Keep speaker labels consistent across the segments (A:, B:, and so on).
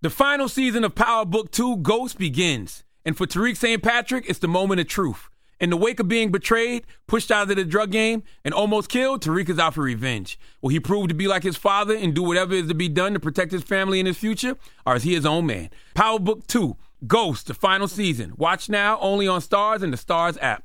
A: The final season of Power Book 2 Ghost begins, and for Tariq St. Patrick, it's the moment of truth. In the wake of being betrayed, pushed out of the drug game, and almost killed, Tariq is out for revenge. Will he prove to be like his father and do whatever is to be done to protect his family and his future? Or is he his own man? Power Book 2 Ghost, the final season. Watch now only on Stars and the Stars app.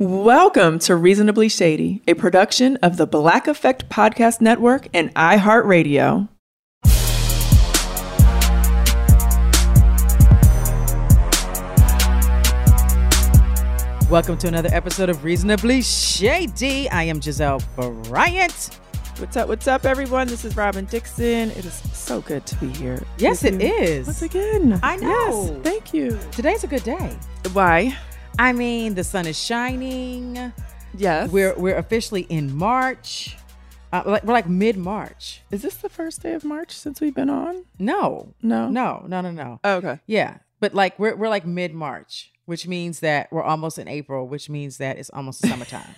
B: Welcome to Reasonably Shady, a production of the Black Effect Podcast Network and iHeartRadio.
C: Welcome to another episode of Reasonably Shady. I am Giselle Bryant.
B: What's up? What's up, everyone? This is Robin Dixon. It is so good to be here.
C: Yes,
B: with
C: it
B: you
C: is.
B: Once again.
C: I know.
B: Yes, thank you.
C: Today's a good day.
B: Why?
C: I mean, the sun is shining.
B: Yes.
C: We're we're officially in March. Uh, like- we're like mid March.
B: Is this the first day of March since we've been on?
C: No,
B: No.
C: no, no, no, no.
B: Oh, okay.
C: yeah, but like we're we're like mid March, which means that we're almost in April, which means that it's almost summertime.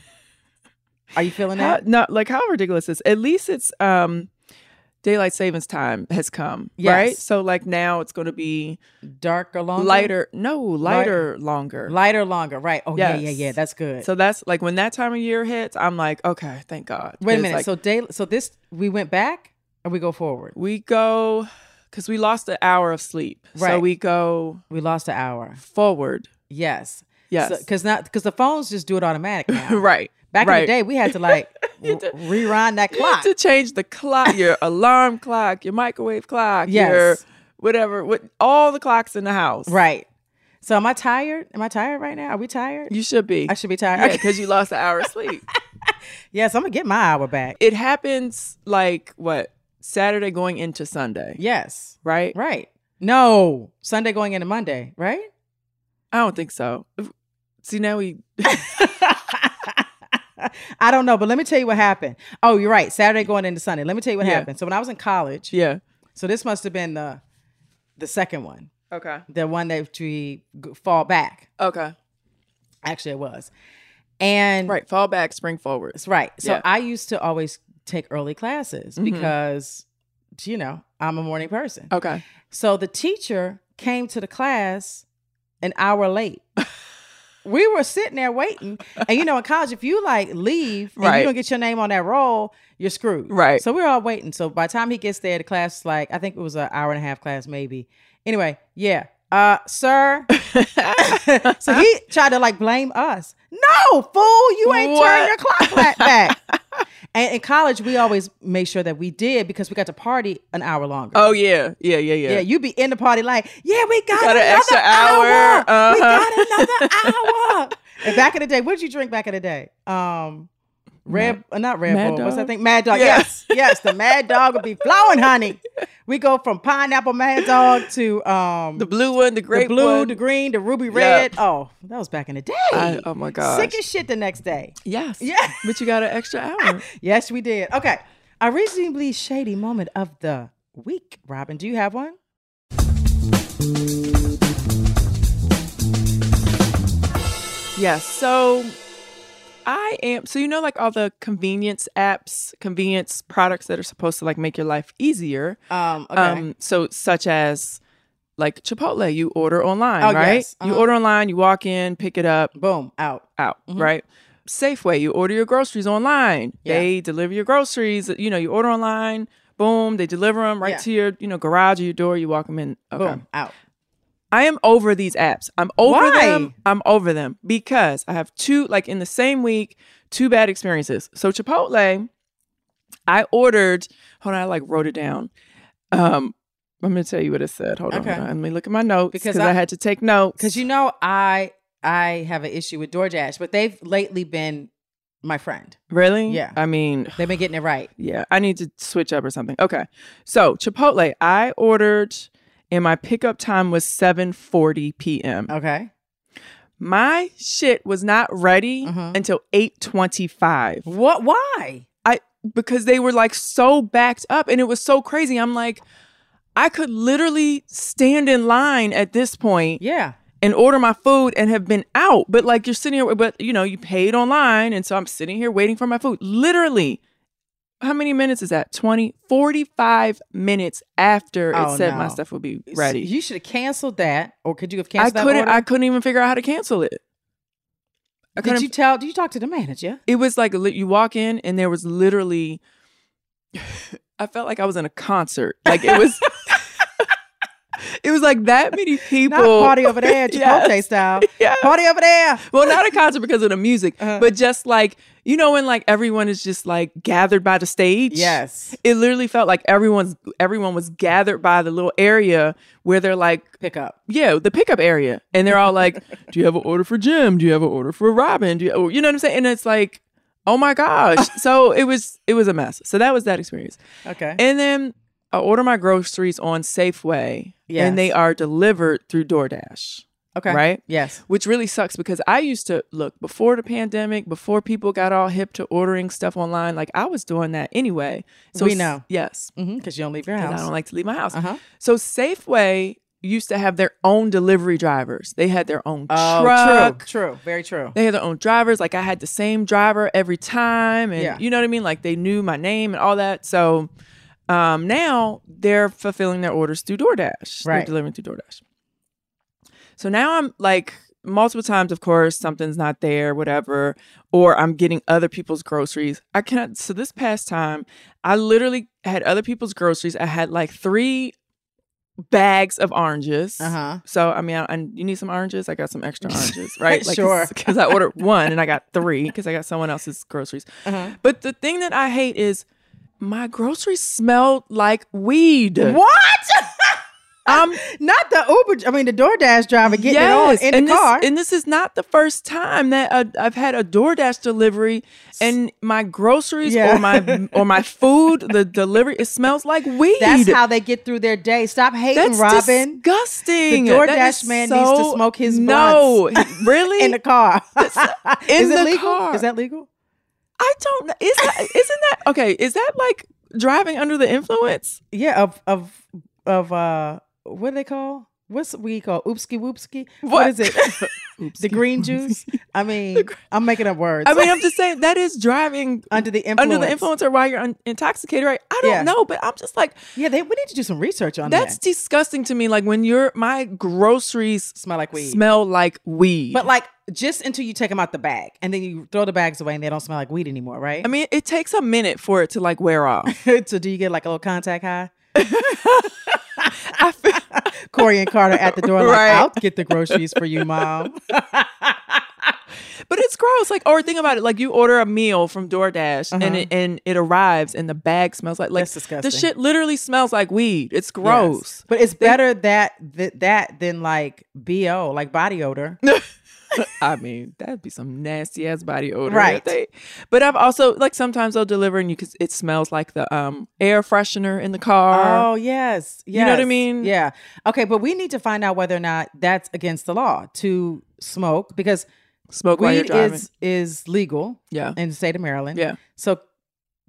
C: Are you feeling
B: How,
C: that?
B: no, like how ridiculous is? At least it's um, daylight savings time has come, right?
C: Yes.
B: So like now it's going to be
C: Dark or longer?
B: lighter. No, lighter, longer.
C: lighter, longer. Right? Oh yeah, yeah,
B: Yes.
C: yeah. That's good.
B: So that's like when that time of year hits, I'm like, okay, thank God.
C: wait a
B: 'Cause,
C: minute.
B: like,
C: so day. So this we went back or we go forward.
B: we go because we lost an hour of sleep, so
C: Right.
B: we go
C: We lost an hour.
B: forward.
C: Yes.
B: Yes,
C: Because not because the phones just do it automatic now.
B: right.
C: Back in
B: right.
C: the day, we had to like
B: You had to-
C: r- rewind that
B: you
C: clock.
B: have to change the clock, your alarm clock, your microwave clock, your
C: Yes.
B: whatever, what all the clocks in the house.
C: Right. So am I tired? Am I tired right now? Are we tired?
B: You should be.
C: I should be tired.
B: Yeah,
C: Okay.
B: because you lost an hour of sleep.
C: Yes, I'm gonna get my hour back.
B: It happens like what Saturday going into Sunday,
C: Yes.
B: right?
C: Right. No. Sunday going into Monday, right?
B: I don't think so. See now we
C: I don't know, but let me tell you what happened. Oh, you're right. Saturday going into Sunday. Let me tell you what
B: Yeah.
C: happened. So when I was in college,
B: yeah
C: so this must have been the the second one,
B: okay
C: the one that we g- fall back.
B: okay
C: Actually, it was. And
B: right fall back spring forward
C: That's right. So
B: Yeah.
C: I used to always take early classes
B: Mhm.
C: because, you know, I'm a morning person.
B: okay
C: So the teacher came to the class an hour late. we were sitting there waiting. And you know, in college, if you like leave and
B: Right.
C: you don't get your name on that roll, you're screwed.
B: Right.
C: So we we're all waiting. So by the time he gets there, the class is like, I think it was an hour and a half class, maybe. Anyway, yeah. Uh, sir. so he tried to like blame us. No, fool, you ain't
B: What?
C: turned your clock back. back. And in college, we always made sure that we did because we got to party an hour longer.
B: Oh yeah, yeah, yeah, yeah.
C: yeah, you'd be in the party like, yeah, we got,
B: Got an
C: another
B: extra
C: hour. Uh,
B: hour.
C: We
B: Uh-huh.
C: got another hour. and back in the day, what did you drink back in the day? Um, red, uh, not Red
B: Mad
C: Bull. What's that
B: Dog?
C: thing? Mad Dog.
B: Yeah.
C: Yes, yes. The Mad Dog would be flowing, honey. We go from pineapple Mad Dog to um
B: the blue one, the
C: the
B: grape
C: blue,
B: one.
C: the green, the ruby red. Oh, that was back in the day.
B: I- oh my gosh.
C: Sick as shit the next day.
B: Yes.
C: Yeah.
B: But you got an extra hour.
C: Yes, we did. Okay. A reasonably shady moment of the week. Robin, do you have one?
B: yes. So I am so you know like all the convenience apps, convenience products that are supposed to like make your life easier.
C: Um, okay.
B: Um, so such as like Chipotle, you order online,
C: Oh,
B: right?
C: yes.
B: You
C: Uh-huh.
B: order online, you walk in, pick it up,
C: Boom, out. Mm-hmm.
B: out, right? Safeway, you order your groceries online.
C: Yeah.
B: They deliver your groceries. You know, you order online, boom, they deliver them right
C: Yeah.
B: to your, you know, garage or your door. You walk them in. Okay.
C: Boom, out.
B: I am over these apps. I'm over
C: Why?
B: them. I'm over them because I have two, like in the same week, two bad experiences. So Chipotle, I ordered, hold on, I like wrote it down. Um, I'm gonna tell you what it said. Hold on,
C: Okay.
B: hold on. Let me look at my notes
C: Because
B: because I,
C: I-
B: had to take notes.
C: Because you know, I I have an issue with DoorDash, but they've lately been my friend.
B: really,
C: Yeah.
B: I mean,
C: They've been getting it right.
B: yeah, I need to switch up or something. Okay, so Chipotle, I ordered, and my pickup time was 7:40 p.m.
C: Okay.
B: My shit was not ready
C: Mhm.
B: until 8:25.
C: What? Why?
B: I because they were like so backed up and it was so crazy. I'm like, I could literally stand in line at this point
C: Yeah.
B: and order my food and have been out. But like you're sitting here, but you know, you paid online. And so I'm sitting here waiting for my food. Literally, how many minutes is that? 20, 45 minutes after
C: Oh,
B: it said
C: no.
B: my stuff would be ready.
C: You should have canceled that, or could you have
B: I
C: canceled that
B: couldn't
C: order?
B: I couldn't even figure out how to cancel it. I
C: Did
B: couldn't
C: you tell? Did you talk to the manager?
B: it was like li- you walk in and there was literally i felt like i was in a concert like it was it was like that many people
C: Not party over there, Chipotle
B: Yes.
C: style.
B: Yes.
C: Party over there.
B: well not a concert because of the music
C: Uh-huh.
B: but just like you know when like everyone is just like gathered by the stage
C: Yes.
B: it literally felt like everyone's everyone was gathered by the little area where they're like
C: Pick up.
B: yeah, the pickup area. And they're all like, Do you have an order for Jim? Do you have an order for Robin? Do you, oh, you know what I'm saying? And it's like, oh my gosh. so it was it was a mess. So that was that experience.
C: Okay.
B: And then I order my groceries on Safeway.
C: Yes.
B: And they are delivered through DoorDash.
C: okay.
B: right?
C: Yes.
B: Which really sucks because I used to look before the pandemic, before people got all hip to ordering stuff online, like I was doing that anyway. So
C: We
B: s-
C: know.
B: Yes.
C: Because you don't leave your
B: And I
C: house.
B: don't like to leave my house.
C: Uh-huh.
B: So Safeway used to have their own delivery drivers. They had their own
C: Oh, true.
B: truck.
C: True. Very true.
B: They had their own drivers. Like I had the same driver every time, and
C: Yeah.
B: you know what I mean. Like they knew my name and all that. So um, now they're fulfilling their orders through DoorDash. They're
C: Right.
B: delivering through DoorDash. So now I'm like multiple times, of course, something's not there, whatever, or I'm getting other people's groceries. I cannot. So this past time, I literally had other people's groceries. I had like three bags of oranges.
C: Uh huh.
B: So I mean, I, I- you need some oranges. I got some extra oranges, right?
C: Sure.
B: Because I ordered one and I got three because I got someone else's groceries.
C: Uh-huh.
B: But the thing that I hate is my groceries smelled like weed.
C: What?
B: I'm
C: Not the Uber. I mean, the DoorDash driver getting it on in
B: and
C: the
B: this,
C: car.
B: And this is not the first time that uh, I've had a DoorDash delivery and my groceries
C: Yeah.
B: or my or my food, the delivery, it smells like weed.
C: That's how they get through their day. Stop hating
B: That's
C: Robin
B: disgusting.
C: The
B: That
C: DoorDash
B: is
C: man needs to smoke his
B: no, really. uh,
C: in the car.
B: in
C: Is it
B: the
C: legal?
B: car.
C: Is that legal?
B: I don't know. Is that, isn't that okay? Is that like driving under the influence?
C: Yeah. Of of of uh, what do they call? What's we call oopsky whoopsky? what
B: What?
C: is it? the green juice. I mean, I'm making up words.
B: I mean, I'm just saying that is driving
C: under the influence.
B: under the influence or while you're un- intoxicated, right? I don't
C: Yeah.
B: know, but I'm just like
C: Yeah, they, we need to do some research on
B: that's
C: that.
B: disgusting to me. Like when your my groceries
C: Smell like weed.
B: smell like weed.
C: But like just until you take them out the bag, and then you throw the bags away, and they don't smell like weed anymore, right?
B: I mean, it takes a minute for it to like wear off.
C: so do you get like a little contact high?
B: I feel,
C: Corey and Carter at the door, like,
B: Right.
C: I'll get the groceries for you, mom.
B: But it's gross. Like, or think about it. Like, you order a meal from DoorDash and it and it arrives and the bag smells like like
C: Uh-huh. That's disgusting.
B: the shit literally smells like weed. It's
C: Yes.
B: gross.
C: But it's better that th- that than like bo like body odor.
B: I mean, that'd be some nasty ass body odor,
C: Right.
B: right? but I've also like sometimes they'll deliver and you because it smells like the um air freshener in the car.
C: Oh yes, yes.
B: You know what I mean?
C: Yeah. Okay, but we need to find out whether or not that's against the law to smoke because
B: smoke while you're
C: weed
B: driving.
C: is is legal
B: yeah.
C: in the state of Maryland.
B: Yeah.
C: So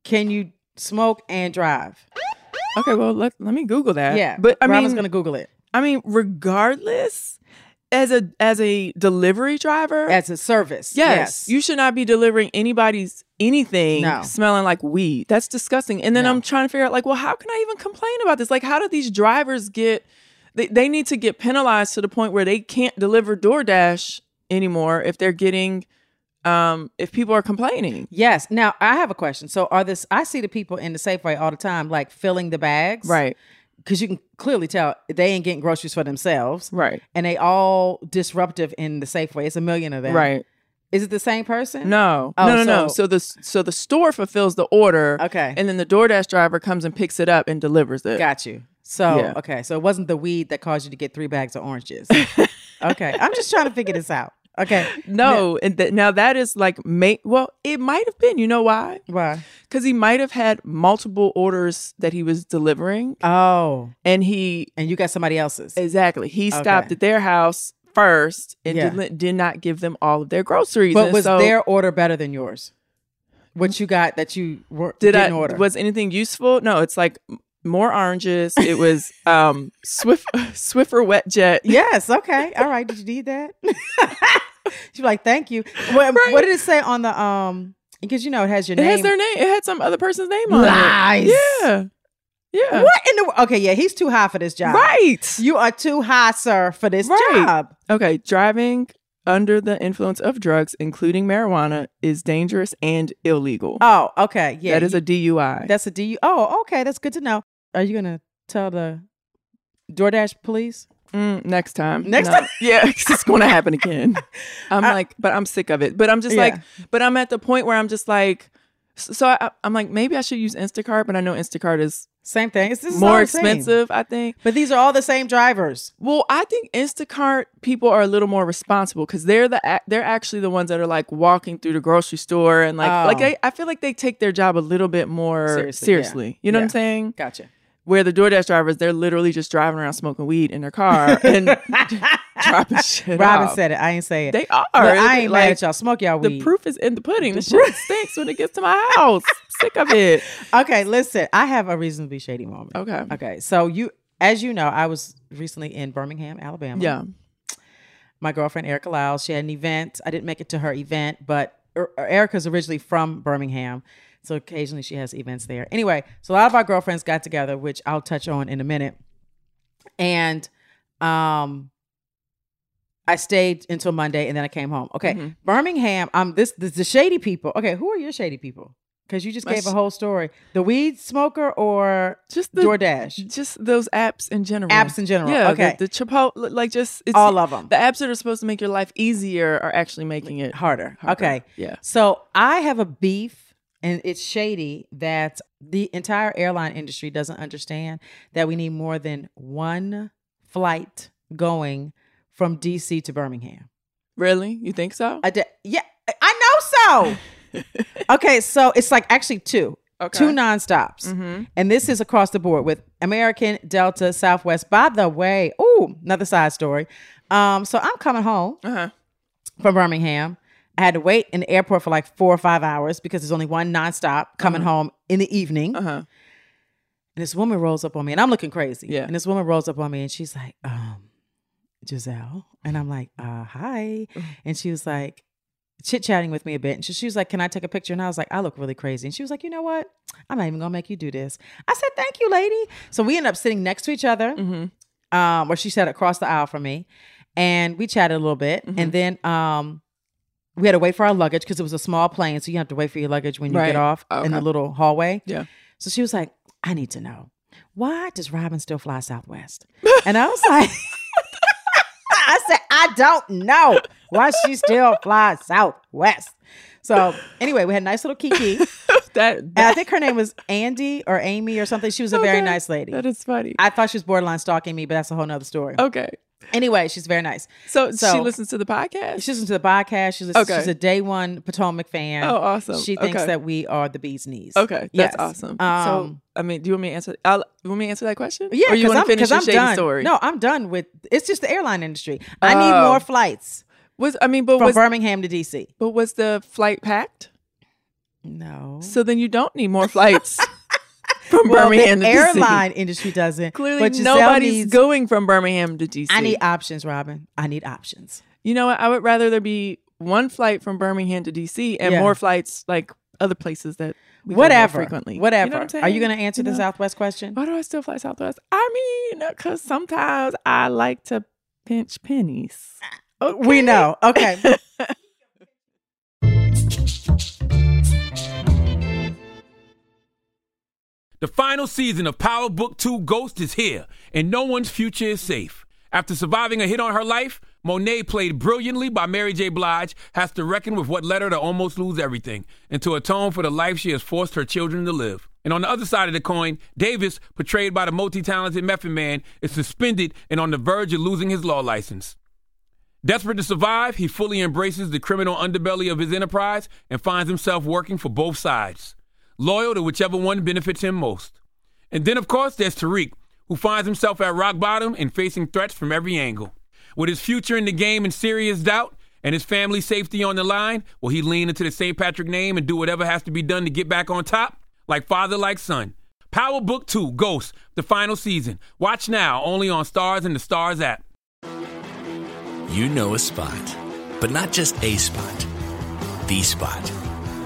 C: can you smoke and drive?
B: Okay. Well, let let me Google that.
C: yeah.
B: But I
C: Robin's
B: mean,
C: gonna Google it
B: I mean, regardless, as a as a delivery driver,
C: as a service.
B: yes, you should not be delivering anybody's anything
C: No.
B: smelling like weed. That's disgusting. And then I'm trying to figure out, like, well, how can I even complain about this? Like, how do these drivers get? They, they need to get penalized to the point where they can't deliver DoorDash anymore if they're getting, um, if people are complaining.
C: Yes. Now I have a question. So are this I see the people in the Safeway all the time like filling the bags. Because you can clearly tell they ain't getting groceries for themselves.
B: Right.
C: And they all disruptive in the Safeway. It's a million of them.
B: Right.
C: Is it the same person?
B: No,
C: Oh,
B: no, no, no.
C: so-
B: So the so the store fulfills the order,
C: Okay.
B: and then the DoorDash driver comes and picks it up and delivers it.
C: Got you. So
B: Yeah.
C: okay. So it wasn't the weed that caused you to get three bags of oranges. okay. I'm just trying to figure this out. Okay.
B: No, and th- now that is like make. Well, it might have been. You know why?
C: Why?
B: Because he might have had multiple orders that he was delivering,
C: Oh.
B: and he
C: And you got somebody else's.
B: exactly he stopped
C: Okay.
B: at their house first and
C: Yeah.
B: didn't, did not give them all of their groceries.
C: But
B: And
C: was
B: so-
C: their order better than yours? What you got that you were
B: did
C: not
B: I
C: order?
B: was anything useful? No, it's like m- more oranges. It was um Swift Swiffer Wet Jet.
C: Yes. Okay. All right. Did you need that? She's like, thank you. What,
B: Right.
C: what did it say on the um? Because you know it has your
B: It
C: name.
B: has their name. It had some other person's name on
C: Lies.
B: it. Yeah. Yeah.
C: What in the world? Okay. Yeah, he's too high for this job.
B: Right.
C: You are too high, sir, for this
B: Right.
C: job.
B: okay. Driving under the influence of drugs, including marijuana, is dangerous and illegal.
C: Oh. Okay. Yeah.
B: that is
C: you-
B: a DUI.
C: That's a DU. Oh. Okay. That's good to know. Are you gonna tell the DoorDash police?
B: Mm, next time.
C: Next time?
B: Yeah, 'cause it's going to happen again. I'm
C: I-
B: like, but I'm sick of it. But I'm just like, but I'm at the point where I'm just like, s- so I, I'm like, maybe I should use Instacart, but I know Instacart is
C: Same thing. It's this is all
B: more
C: the same.
B: expensive, I think.
C: But these are all the same drivers.
B: Well, I think Instacart people are a little more responsible because they're the ac- they're actually the ones that are like walking through the grocery store and like
C: Oh.
B: like I, I feel like they take their job a little bit more
C: Seriously,
B: Er, seriously.
C: yeah.
B: You know what
C: Yeah.
B: I'm saying?
C: Gotcha.
B: Where the DoorDash drivers, they're literally just driving around smoking weed in their car and dropping shit.
C: Robin
B: off.
C: said it. I ain't say it.
B: they are.
C: But I ain't mad
B: Like,
C: at y'all. Smoke y'all
B: The
C: weed.
B: proof is in the pudding. The shit stinks when it gets to my house. Sick of it.
C: Okay, listen. I have a reasonably shady moment.
B: Okay.
C: Okay. So you, as you know, I was recently in Birmingham, Alabama.
B: Yeah.
C: My girlfriend Erica Lyles. She had an event. I didn't make it to her event, but er- Erica's originally from Birmingham, so occasionally she has events there. Anyway, so a lot of our girlfriends got together, which I'll touch on in a minute, and um. I stayed until Monday and then I came home. Okay,
B: Mm-hmm.
C: Birmingham. Um, this, this the shady people. Okay, who are your shady people? Because you just
B: My
C: gave a
B: sh-
C: whole story. The weed smoker or
B: Just the
C: DoorDash?
B: Just those apps in general.
C: Apps in general,
B: Yeah.
C: okay.
B: The, the Chipotle, like just it's
C: All of 'em.
B: The apps that are supposed to make your life easier are actually making it
C: harder. Okay.
B: Yeah.
C: So I have a beef, and it's shady that the entire airline industry doesn't understand that we need more than one flight going from DC to Birmingham.
B: Really? You think so?
C: A da- yeah, I- I know so. okay, so it's like actually two.
B: Okay. Mm-hmm.
C: Two nonstops. And this is across the board with American, Delta, Southwest. By the way, ooh, another side story. Um, so I'm coming home
B: Uh-huh.
C: from Birmingham. I had to wait in the airport for like four or five hours because there's only one nonstop coming home in the evening.
B: Uh-huh.
C: And this woman rolls up on me, and I'm looking crazy.
B: Yeah.
C: And this woman rolls up on me, and she's like, um, Giselle. And I'm like, uh, hi. And she was like, chit chatting with me a bit. And she, she was like, Can I take a picture? And I was like, I look really crazy. And she was like, You know what? I'm not even going to make you do this. I said, Thank you, lady. So we ended up sitting next to each other,
B: Mm-hmm.
C: um, or she sat across the aisle from me. And we chatted a little bit.
B: Mm-hmm.
C: And then um, we had to wait for our luggage because it was a small plane. So you have to wait for your luggage when you
B: Right. Oh,
C: get off in
B: Okay.
C: the little hallway.
B: Yeah.
C: So she was like, I need to know why does Robin still fly Southwest? And I was like, I said, I don't know. Why she still fly southwest? So anyway, we had nice little Kiki.
B: that,
C: And I
B: that
C: think her name was Andy or Amy or something. She was a very
B: Okay.
C: nice lady.
B: that is funny.
C: I thought she was borderline stalking me, but that's a whole nother story.
B: okay.
C: Anyway, she's very nice.
B: So,
C: So-
B: she listens to the podcast.
C: She listens to the podcast. She's a,
B: Okay.
C: she's a day one Potomac fan.
B: Oh, awesome.
C: She thinks
B: Okay.
C: that we are the bee's knees.
B: okay,
C: Yes.
B: that's awesome. so,
C: Um,
B: I mean, do you want me to answer? I'll, you want me to answer that question?
C: yeah,
B: or you
C: because
B: wanna
C: I'm,
B: finish
C: 'cause
B: your
C: I'm
B: shady
C: done.
B: story?
C: No, I'm done with it's just the airline industry. I need
B: Oh.
C: more flights
B: was I mean, but
C: from
B: was
C: Birmingham to DC.
B: but was the flight packed?
C: No.
B: So then you don't need more flights from
C: well,
B: Birmingham
C: the
B: to DC.
C: airline industry doesn't.
B: Clearly,
C: but Giselle
B: nobody's
C: needs-
B: going from Birmingham to DC.
C: I need options, Robin. I need options.
B: you know what? I would rather there be one flight from Birmingham to DC and
C: Yeah.
B: more flights like other places that we go more
C: whatever.
B: frequently. You know
C: Whatever.
B: what I'm
C: Are you
B: saying?
C: going to answer
B: You
C: the
B: know?
C: Southwest question?
B: Why do I still fly Southwest? I mean, because sometimes I like to pinch pennies.
C: Uh, We know. Okay.
A: The final season of Power Book 2 Ghost is here, and no one's future is safe. After surviving a hit on her life, Monet, played brilliantly by Mary J. Blige, has to reckon with what led her to almost lose everything and to atone for the life she has forced her children to live. And on the other side of the coin, Davis, portrayed by the multi talented Method Man, is suspended and on the verge of losing his law license. Desperate to survive, he fully embraces the criminal underbelly of his enterprise and finds himself working for both sides, loyal to whichever one benefits him most. And then, of course, there's Tariq, who finds himself at rock bottom and facing threats from every angle. With his future in the game in serious doubt and his family's safety on the line, will he lean into the St. Patrick name and do whatever has to be done to get back on top? Like father, like son. Power Book 2 Ghost, the final season. Watch now, only on Stars and the Stars app.
D: You know a spot, but not just a spot, the spot.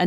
E: a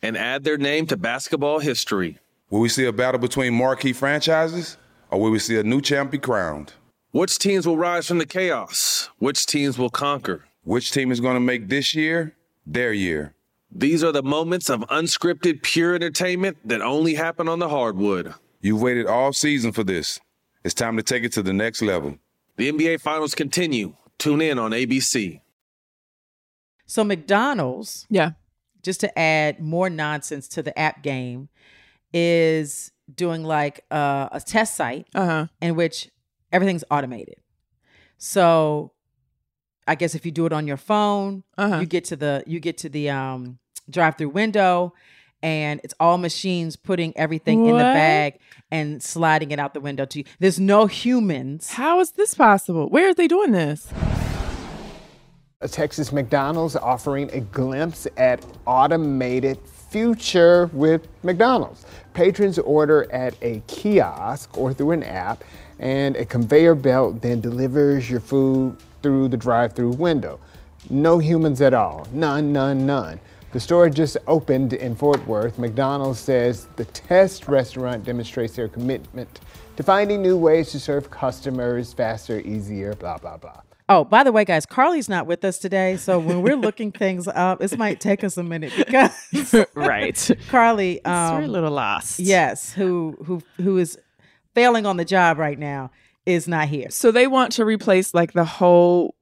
F: and add their name to basketball history.
G: Will we see a battle between marquee franchises, or will we see a new champ be crowned?
F: Which teams will rise from the chaos? Which teams will conquer?
G: Which team is going to make this year their year?
F: These are the moments of unscripted, pure entertainment that only happen on the hardwood.
G: You've waited all season for this. It's time to take it to the next level.
F: The NBA Finals continue. Tune in on ABC.
C: so McDonald's
B: Yeah.
C: just to add more nonsense to the app game, is doing like uh, a test site
B: Uh huh.
C: in which everything's automated. So I guess if you do it on your phone,
B: Uh-huh.
C: you get to the you get to the um drive-through window and it's all machines putting everything in the
B: What?
C: bag and sliding it out the window to you. There's no humans.
B: How is this possible? Where are they doing this?
H: A Texas McDonald's offering a glimpse at automated future with McDonald's. Patrons order at a kiosk or through an app, and a conveyor belt then delivers your food through the drive-through window. No humans at all. None, none, none. The store just opened in Fort Worth. McDonald's says the test restaurant demonstrates their commitment to finding new ways to serve customers faster, easier, blah, blah, blah.
C: Oh, by the way, guys, Carly's not with us today. So when we're looking things up, this might take us a minute because
I: Right.
C: Carly
I: We're a
C: um,
I: little lost.
C: Yes, who who who is failing on the job right now is not here.
B: So they want to replace like the whole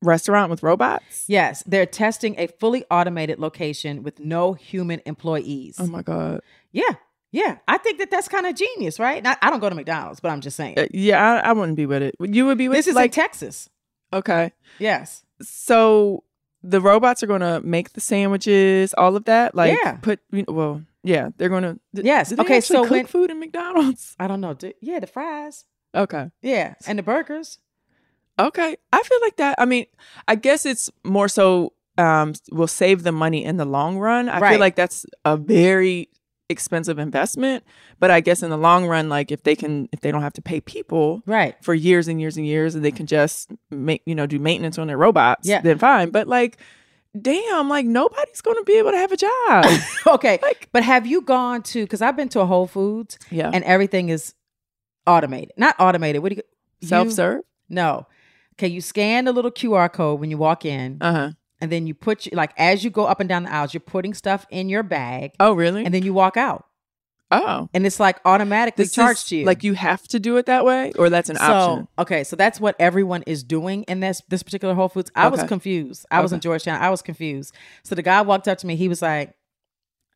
B: restaurant with robots?
C: Yes, they're testing a fully automated location with no human employees.
B: Oh my god.
C: Yeah. Yeah, I think that that's kind of genius, right? Not, I don't go to McDonald's, but I'm just saying.
B: Uh, yeah, I, I wouldn't be with it. You would be with
C: This is in
B: like
C: Texas.
B: Okay.
C: Yes.
B: So the robots are going to make the sandwiches, all of that. Like
C: Yeah.
B: put you know, well, yeah, they're going to
C: Yes.
B: Do they
C: okay.
B: actually
C: So
B: cook
C: when
B: food in McDonald's,
C: I don't know. Do, yeah, the fries.
B: Okay.
C: Yeah, and the burgers.
B: Okay. I feel like that. I mean, I guess it's more so um will save the money in the long run. I
C: Right.
B: feel like that's a very expensive investment, but I guess in the long run like if they can if they don't have to pay people
C: right
B: for years and years and years and they can just make you know do maintenance on their robots,
C: Yeah.
B: then fine. But like damn, like nobody's going to be able to have a job.
C: okay. but have you gone to? Because I've been to a Whole Foods.
B: Yeah.
C: And everything is automated. Not automated. What do you
B: Self-serve?
C: you- No. Okay. You scan the little QR code when you walk in.
B: Uh huh.
C: And then you put your- like as you go up and down the aisles, you're putting stuff in your bag.
B: Oh, really?
C: And then you walk out.
B: Oh.
C: And it's like automatically
B: This is-
C: charged to you.
B: Like you have to do it that way or that's an
C: so,
B: option.
C: Okay, so that's what everyone is doing in this this particular Whole Foods. I was
B: Okay.
C: confused. I was in
B: Okay.
C: Georgetown. I was confused. So the guy walked up to me. He was like,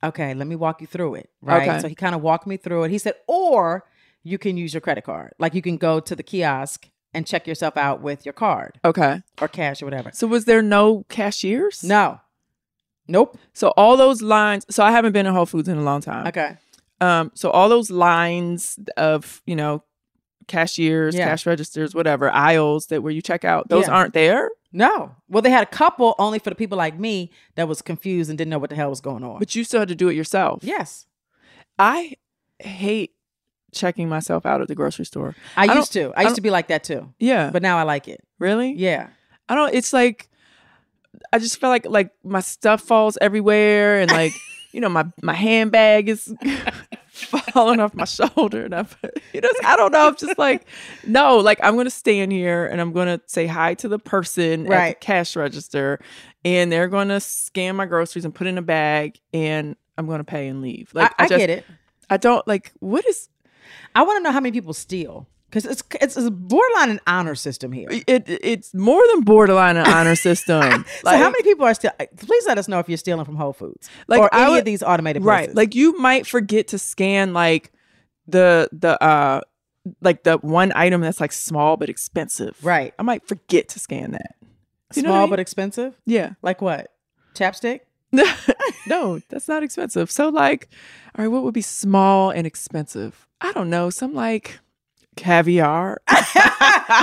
C: "Okay, let me walk you through it." Right.
B: Okay.
C: So he kind of walked me through it. He said, "Or you can use your credit card. Like you can go to the kiosk and check yourself out with your card
B: Okay.
C: or cash or whatever."
B: So was there no cashiers?
C: No. Nope.
B: So all those lines. So I haven't been in Whole Foods in a long time.
C: Okay.
B: Um. So all those lines of you know cashiers,
C: Yeah.
B: cash registers, whatever aisles that where you check out. Those
C: Yeah.
B: aren't there.
C: No. Well, they had a couple only for the people like me that was confused and didn't know what the hell was going on.
B: But you still had to do it yourself.
C: Yes.
B: Oh. I hate checking myself out at the grocery store.
C: I,
B: don't-
C: used to. I used
B: don't-
C: to be like that too.
B: Yeah.
C: But now I like it.
B: Really?
C: Yeah.
B: I don't it's like I just feel like like my stuff falls everywhere and like you know my my handbag is falling off my shoulder and I you know I don't know I'm just like no like I'm going to stand here and I'm going to say hi to the person at
C: Right.
B: the cash register and they're going to scan my groceries and put in a bag and I'm going to pay and leave. Like
C: I, I
B: just-
C: get it.
B: I don't like what is.
C: I want to know how many people steal because it's, it's it's borderline an honor system here.
B: It it's more than borderline an honor system.
C: so how many people are still? Please let us know if you're stealing from Whole Foods
B: like
C: or
B: I
C: any
B: would-
C: of these automated
B: right
C: places.
B: like you might forget to scan like the the uh like the one item that's like small but expensive right i might forget to scan that you know what
C: small
B: I mean?
C: but expensive.
B: yeah
C: like what chapstick
B: no that's not expensive so like all right what would be small and expensive i don't know some like caviar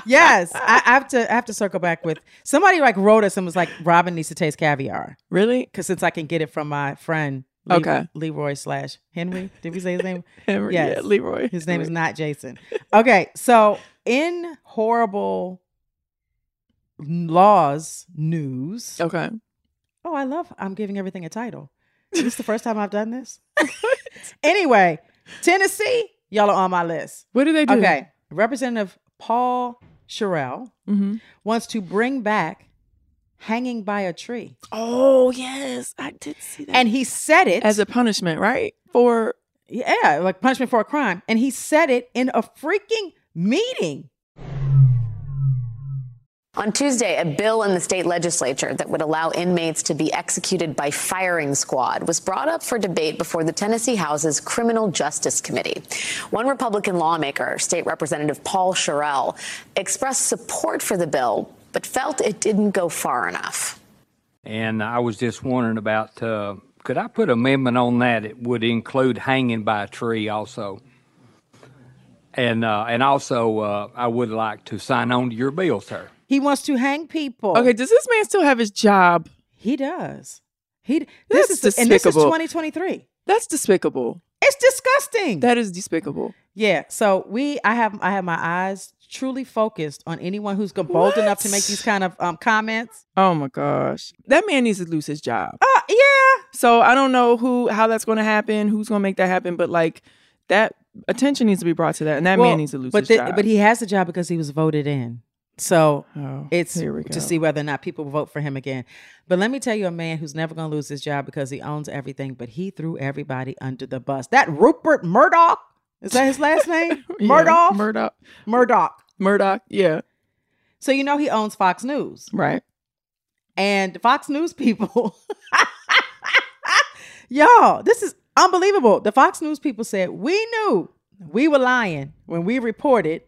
C: yes, I, I have to I have to circle back with somebody. Like wrote us and was like, Robin needs to taste caviar.
B: Really?
C: Because since I can get it from my friend. Le-
B: Okay.
C: Leroy slash Henry. Did we say his name?
B: Henry, yeah, Leroy.
C: His name is
B: Henry.
C: not Jason. Okay. So in horrible laws news.
B: Okay.
C: Oh, I love I'm giving everything a title. Is this the first time I've done this? anyway, Tennessee, y'all are on my list.
B: What do they do?
C: Okay. Representative Paul Sherrill
B: Mhm.
C: wants to bring back hanging by a tree.
B: Oh yes, I did see that.
C: And he said it
B: as a punishment right for
C: yeah, like punishment for a crime. And he said it in a freaking meeting.
I: On Tuesday, a bill in the state legislature that would allow inmates to be executed by firing squad was brought up for debate before the Tennessee House's Criminal Justice Committee. One Republican lawmaker, State Representative Paul Sherrill, expressed support for the bill, but felt it didn't go far enough.
J: And I was just wondering about uh, could I put amendment on that? It would include hanging by a tree also. And, uh, and also, uh, I would like to sign on to your bill, sir.
C: He wants to hang people.
B: Okay, does this man still have his job?
C: He does. He this
B: That's
C: is and this is
B: despicable.
C: 2023.
B: That's despicable.
C: It's disgusting.
B: That is despicable.
C: Yeah. So we, I have, I have my eyes truly focused on anyone who's go- bold enough to make these kind of um, comments.
B: Oh my gosh. That man needs to lose his job.
C: Uh, yeah.
B: So I don't know who how that's going to happen, who's going to make that happen, but like that attention needs to be brought to that and that
C: Well,
B: man needs to lose
C: but
B: his
C: the-
B: job.
C: But he has the job because he was voted in. So it's
B: Oh, here we go.
C: to see whether or not people will vote for him again. But let me tell you, a man who's never going to lose his job because he owns everything, but he threw everybody under the bus. That Rupert Murdoch is that his last name?
B: Yeah,
C: Murdoch.
B: Murdoch.
C: Murdoch.
B: Murdoch. Yeah.
C: So you know he owns Fox News,
B: right?
C: And Fox News people, y'all, this is unbelievable. The Fox News people said we knew we were lying when we reported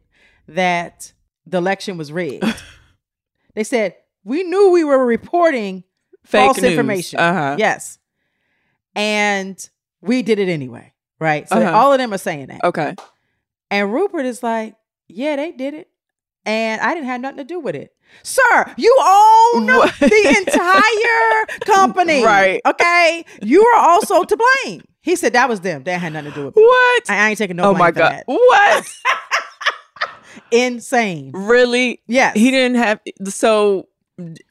C: that the election was rigged. they said we knew we were reporting
B: Fake
C: false
B: news.
C: information.
B: Uh-huh.
C: Yes, and we did it anyway, right? So
B: Uh-huh.
C: all of them are saying that.
B: Okay.
C: And Rupert is like, yeah, they did it. And I didn't have nothing to do with it. Sir, you own the entire company.
B: Right.
C: Okay. You are also to blame. He said that was them. They had nothing to do with it.
B: What?
C: I, I ain't taking no
B: oh
C: blame
B: my
C: for
B: god.
C: that.
B: What?
C: Insane.
B: Really?
C: Yes.
B: He didn't have so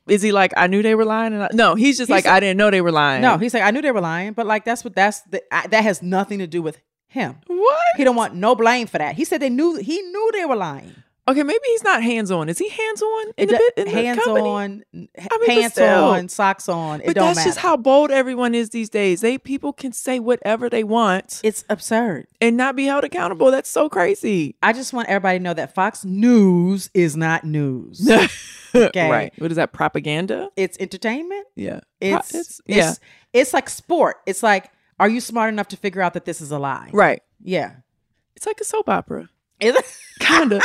B: is he like I knew they were lying and I, No, he's just
C: He
B: like
C: said-
B: I didn't know they were lying.
C: No, he's like, I knew they were lying, but like that's what that's the, I, that has nothing to do with him.
B: What?
C: He don't want no blame for that. He said they knew he knew they were lying.
B: Okay, maybe he's not hands on. Is he hands on? in
C: It
B: the
C: do-
B: bit- in the
C: hands
B: company?
C: on,
B: I mean, but
C: pants
B: still.
C: on, socks on. It
B: But
C: don't
B: that's
C: matter.
B: just how bold everyone is these days. They people can say whatever they want.
C: It's absurd.
B: And not be held accountable. That's so crazy.
C: I just want everybody to know that Fox News is not news. okay.
B: Right. What is that? Propaganda?
C: It's entertainment.
B: Yeah.
C: It's,
B: It's-
C: it's,
B: yeah.
C: it's like sport. It's like, are you smart enough to figure out that this is a lie?
B: Right.
C: Yeah.
B: It's like a soap opera.
C: Is it?
B: Kinda.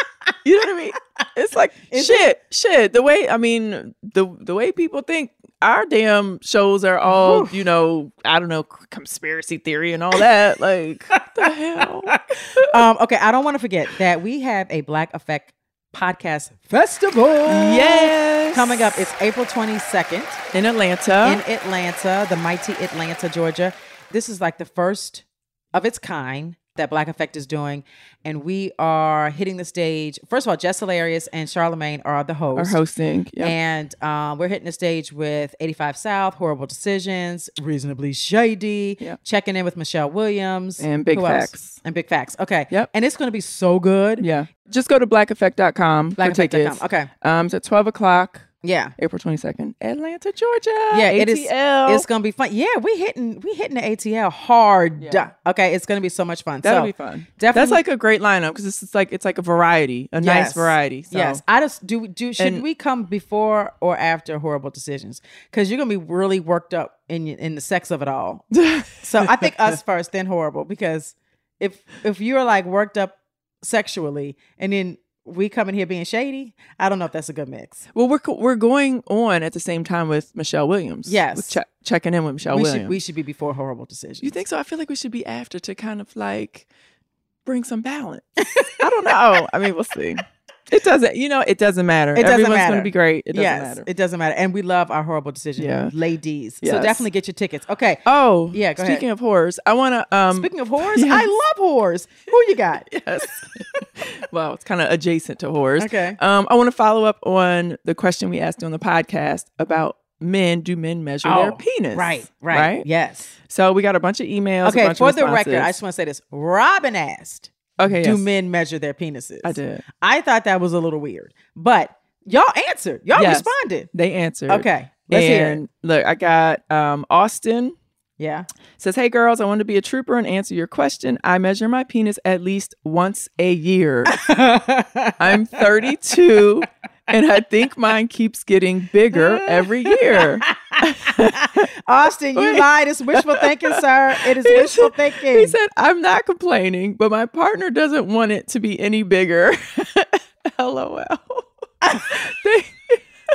B: you know what I mean? It's like
C: Is
B: shit, shit. The way I mean, the the way people think our damn shows are all, you know, I don't know, c- conspiracy theory and all that. Like what the hell?
C: um, okay, I don't want to forget that we have a Black Effect podcast festival.
B: Yes.
C: Coming up, it's April 22nd
B: in Atlanta.
C: In Atlanta, the mighty Atlanta, Georgia. This is like the first of its kind that Black Effect is doing. And we are hitting the stage. First of all, Jess Hilarious and Charlemagne are the hosts.
B: Are hosting, yeah.
C: And um, we're hitting the stage with 85 South, Horrible Decisions, Reasonably Shady, checking in with Michelle Williams.
B: And Big
C: Who else?
B: Facts.
C: And Big Facts. Okay.
B: Yep.
C: And it's going to be so good.
B: Yeah. Just go to blackeffect.com for
C: Blackeffect.com.
B: tickets.
C: Okay.
B: Um, it's at 12 o'clock.
C: Yeah.
B: April 22nd. Atlanta, Georgia.
C: Yeah, it is.
B: ATL.
C: It's gonna be fun. Yeah, we hitting we hitting the ATL hard.
B: Yeah.
C: Okay, it's gonna be so much fun.
B: That'll
C: So,
B: be fun.
C: Definitely.
B: That's like a great lineup because it's, it's like it's like a variety, a nice
C: Yes.
B: variety. So.
C: Yes. I just do do should
B: And-
C: we come before or after horrible decisions? Because you're gonna be really worked up in y- in the sex of it all. so I think us first, then horrible. Because if if you're like worked up sexually and then we come in here being shady, I don't know if that's a good mix.
B: Well, we're co- we're going on at the same time with Michelle Williams.
C: Yes.
B: With che- checking in with Michelle
C: we
B: Williams.
C: should we should be before horrible decisions.
B: you think so? I feel like we should be after to kind of like bring some balance. I don't know. I mean, we'll see. It doesn't. You know, it doesn't matter.
C: It doesn't
B: Everyone's
C: matter.
B: going to be great. It doesn't
C: Yes,
B: matter.
C: It doesn't matter. And we love our horrible decision
B: Yeah.
C: ladies. So
B: Yes.
C: definitely get your tickets. Okay.
B: Oh,
C: yeah. Go
B: speaking
C: ahead.
B: of horrors, I want to. Um,
C: speaking of whores,
B: Yes.
C: I love whores. Who you got?
B: yes. well, it's kind of adjacent to horrors.
C: Okay.
B: Um, I want to follow up on the question we asked on the podcast about men. Do men measure their
C: Oh,
B: penis?
C: right, right, Yes.
B: So we got a bunch of emails. a
C: okay.
B: bunch of
C: For the
B: responses.
C: record, I just want to say this. Robin asked,
B: Okay,
C: do
B: yes.
C: men measure their penises?"
B: I did.
C: I thought that was a little weird, but y'all answered. Y'all
B: Yes.
C: responded.
B: They answered.
C: Okay, let's hear it.
B: and look, I got um, Austin.
C: Yeah.
B: Says, hey girls, I want to be a trooper and answer your question. I measure my penis at least once a year. I'm 32 and I think mine keeps getting bigger every year.
C: Austin, you lied. It's wishful thinking, sir. It is wishful thinking.
B: He said, I'm not complaining, but my partner doesn't want it to be any bigger. LOL.
C: okay, wait.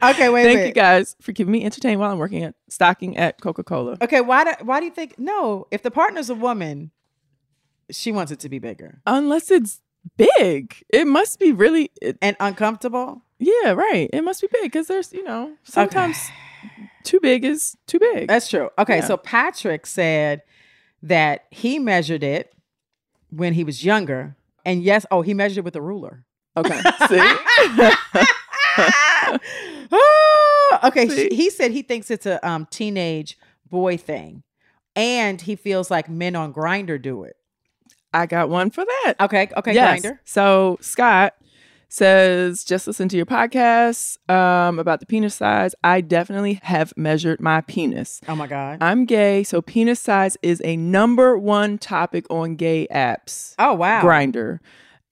B: Thank
C: wait.
B: you guys for keeping me entertained while I'm working at stocking at Coca Cola.
C: Okay, why do why do you think no? If the partner's a woman, she wants it to be bigger.
B: Unless it's big, it must be really it,
C: and uncomfortable.
B: Yeah, right. It must be big because there's you know sometimes too big is too big.
C: That's true. Okay,
B: Yeah.
C: so Patrick said that he measured it when he was younger, and yes, oh, he measured it with a ruler.
B: Okay, see,
C: Ah, okay,
B: See?
C: sh- he said he thinks it's a um, teenage boy thing, and he feels like men on Grinder do it.
B: I got one for that.
C: Okay, okay,
B: Yes.
C: Grinder.
B: So Scott says, just listen to your podcast um, about the penis size. I definitely have measured my penis.
C: Oh my god.
B: I'm gay, so penis size is a number one topic on gay apps.
C: Oh wow.
B: Grinder.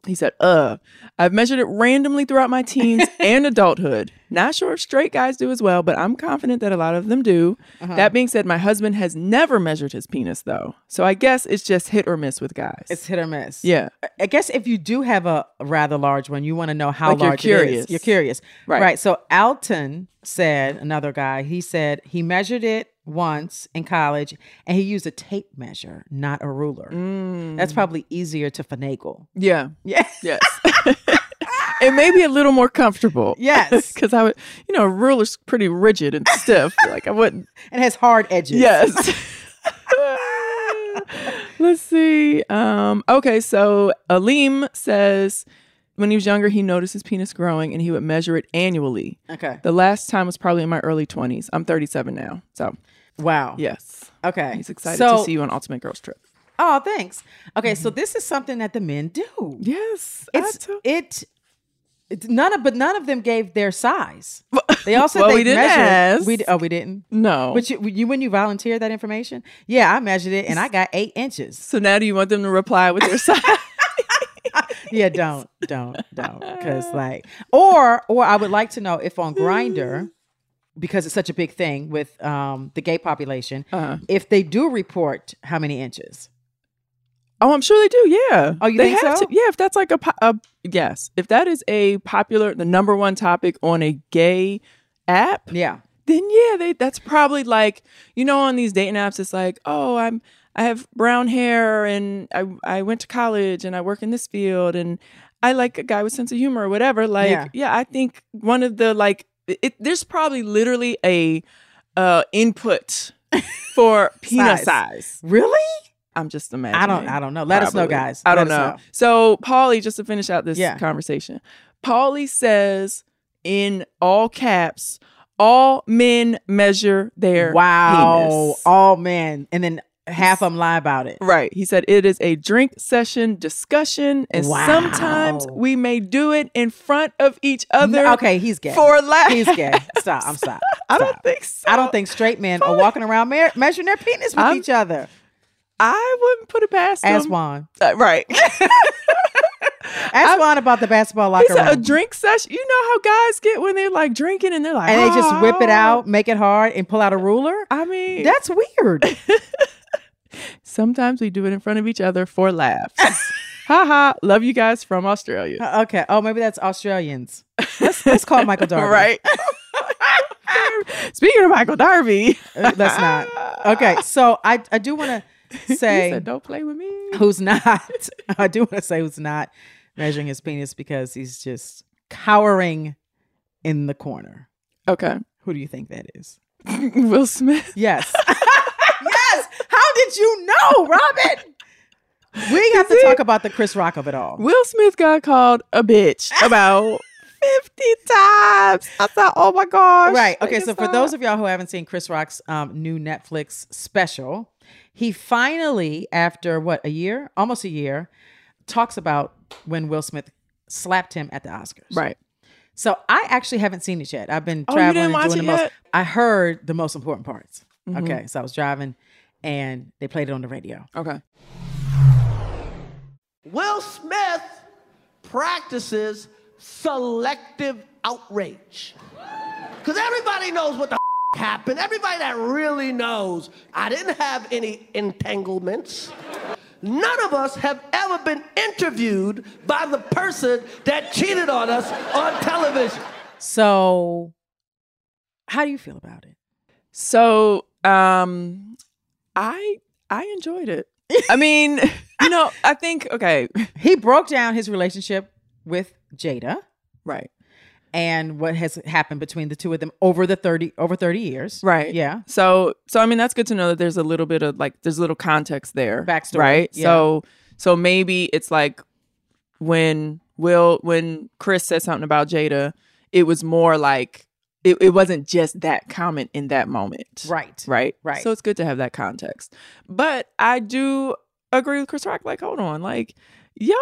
B: He said, uh, I've measured it randomly throughout my teens and adulthood. Not sure if straight guys do as well, but I'm confident that a lot of them do.
C: Uh-huh.
B: That being said, my husband has never measured his penis though. So I guess it's just hit or miss with guys.
C: It's hit or miss.
B: Yeah.
C: I- I guess if you do have a rather large one, you want to know how
B: Like you're
C: large it is.
B: curious.
C: You're curious.
B: Right.
C: Right. So Alton said, another guy, he said he measured it once in college and he used a tape measure, not a ruler.
B: Mm.
C: That's probably easier to finagle.
B: Yeah.
C: Yes.
B: Yes. it may be a little more comfortable.
C: Yes.
B: Because I would, you know, a ruler's pretty rigid and stiff. like I wouldn't.
C: And has hard edges.
B: Yes. Let's see. Um, okay. So Aleem says when he was younger, he noticed his penis growing and he would measure it annually.
C: Okay.
B: The last time was probably in my early 20s. I'm 37 now. So,
C: Wow.
B: yes.
C: Okay.
B: He's excited to
C: So-
B: see you on Ultimate Girls Trip.
C: Oh, thanks. Okay, so this is something that the men do.
B: Yes. I
C: It's
B: too-
C: it it's none of but none of them gave their size. They also
B: Well,
C: they
B: we didn't
C: measured.
B: ask.
C: We d- oh we didn't.
B: No.
C: But you, you when you volunteered that information, yeah, I measured it and I got eight inches.
B: so now do you want them to reply with their size?
C: Yeah, don't, don't, don't, because like, or or I would like to know if on Grinder, because it's such a big thing with um the gay population,
B: Uh-huh.
C: if they do report how many inches.
B: Oh, I'm sure they do. Yeah.
C: Oh, you
B: they
C: think
B: have
C: so?
B: To, yeah, if that's like a, po- a yes, if that is a popular, the number one topic on a gay app,
C: Yeah.
B: then yeah, they that's probably like you know on these dating apps, it's like oh I'm I have brown hair and I I went to college and I work in this field and I like a guy with sense of humor or whatever. Like
C: Yeah.
B: yeah, I think one of the like it, it- there's probably literally a uh input for
C: Size.
B: penis size.
C: Really?
B: I'm just imagining.
C: I don't I don't know. Let us know,
B: Probably.
C: guys.
B: I
C: Let us
B: don't know. So, Paulie, just to finish out this
C: Yeah.
B: conversation, Paulie says in all caps, all men measure their
C: Wow.
B: penis."
C: Oh man. And then half of them lie about it.
B: Right. He said it is a drink session discussion, and
C: Wow.
B: sometimes we may do it in front of each other.
C: Okay, he's gay.
B: For laughs.
C: He's gay. Stop. I'm sorry.
B: I don't think so.
C: I don't think straight men are walking around me- measuring their penis with
B: I'm-
C: each other.
B: I wouldn't put it past
C: Ask
B: him.
C: Juan.
B: Uh, right.
C: Ask Juan about the basketball
B: He
C: locker room.
B: said a drink session. You know how guys get when they're like drinking and they're like,
C: and they just whip it
B: "Ah."
C: out, make it hard, and pull out a ruler.
B: I mean,
C: That's weird.
B: Sometimes we do it in front of each other for laughs. Haha, love you guys from Australia.
C: okay. Oh, maybe that's Australians. Let's, let's call Michael Darby.
B: Right. Speaking of Michael Darby,
C: Uh, Let's not. Okay. So I, I do want to
B: he
C: say
B: said, "Don't play with me."
C: who's not. I do want to say who's not measuring his penis because he's just cowering in the corner.
B: Okay,
C: Who do you think that is?
B: Will Smith.
C: Yes. yes. How did you know, Robin? We have to
B: See?
C: talk about the Chris Rock of it all.
B: Will Smith got called a bitch about fifty times. I thought, "Oh my gosh!"
C: Right.
B: like,
C: Okay.
B: it's
C: So for
B: not-
C: those of y'all who haven't seen Chris Rock's um, new Netflix special, he finally, after what a year, almost a year, talks about when Will Smith slapped him at the Oscars.
B: right,
C: So I actually haven't seen it yet. I've been
B: Oh, you
C: traveling
B: didn't
C: and
B: watch
C: doing
B: it
C: the most.
B: yet?
C: I heard the most important parts.
B: Mhm.
C: Okay. So I was driving and they played it on the radio.
B: okay,
K: Will Smith practices selective outrage. Because everybody knows what the happened. Everybody that really knows, I didn't have any entanglements. None of us have ever been interviewed by the person that cheated on us on television.
C: So, how do you feel about it?
B: So, um, I I enjoyed it. I mean, you know, I think okay.
C: He broke down his relationship with Jada,
B: right?
C: And what has happened between the two of them over the 30 over 30 years.
B: Right.
C: Yeah.
B: So so I mean that's good to know that there's a little bit of like there's a little context there.
C: Backstory,
B: Right.
C: yeah.
B: So so maybe it's like when Will when Chris said something about Jada, it was more like it, it wasn't just that comment in that moment.
C: Right.
B: Right.
C: Right.
B: So it's good to have that context. But I do agree with Chris Rock. Like, hold on, like y'all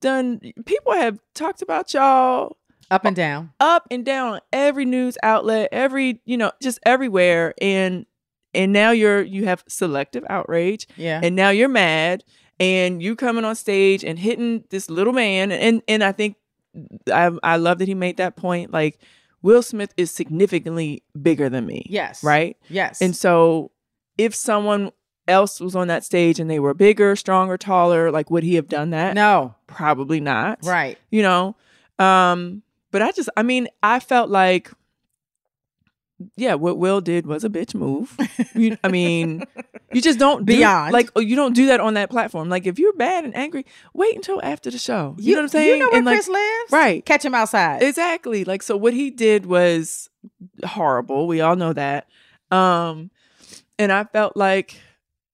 B: done people have talked about y'all
C: up and down
B: up and down on every news outlet every you know just everywhere and and now you're you have selective outrage
C: Yeah.
B: and now you're mad and you coming on stage and hitting this little man and and i think i i love that he made that point like will smith is significantly bigger than me
C: Yes.
B: right
C: Yes.
B: and so if someone else was on that stage and they were bigger stronger taller like would he have done that
C: no
B: probably not
C: Right.
B: you know um but i just i mean i felt like yeah what will did was a bitch move you, i mean you just don't do-
C: Beyond.
B: like you don't do that on that platform like if you're bad and angry wait until after the show you,
C: You-
B: know what i'm saying
C: you know where
B: And, like,
C: Chris lives?
B: right
C: catch him outside.
B: exactly like so what he did was horrible we all know that um and i felt like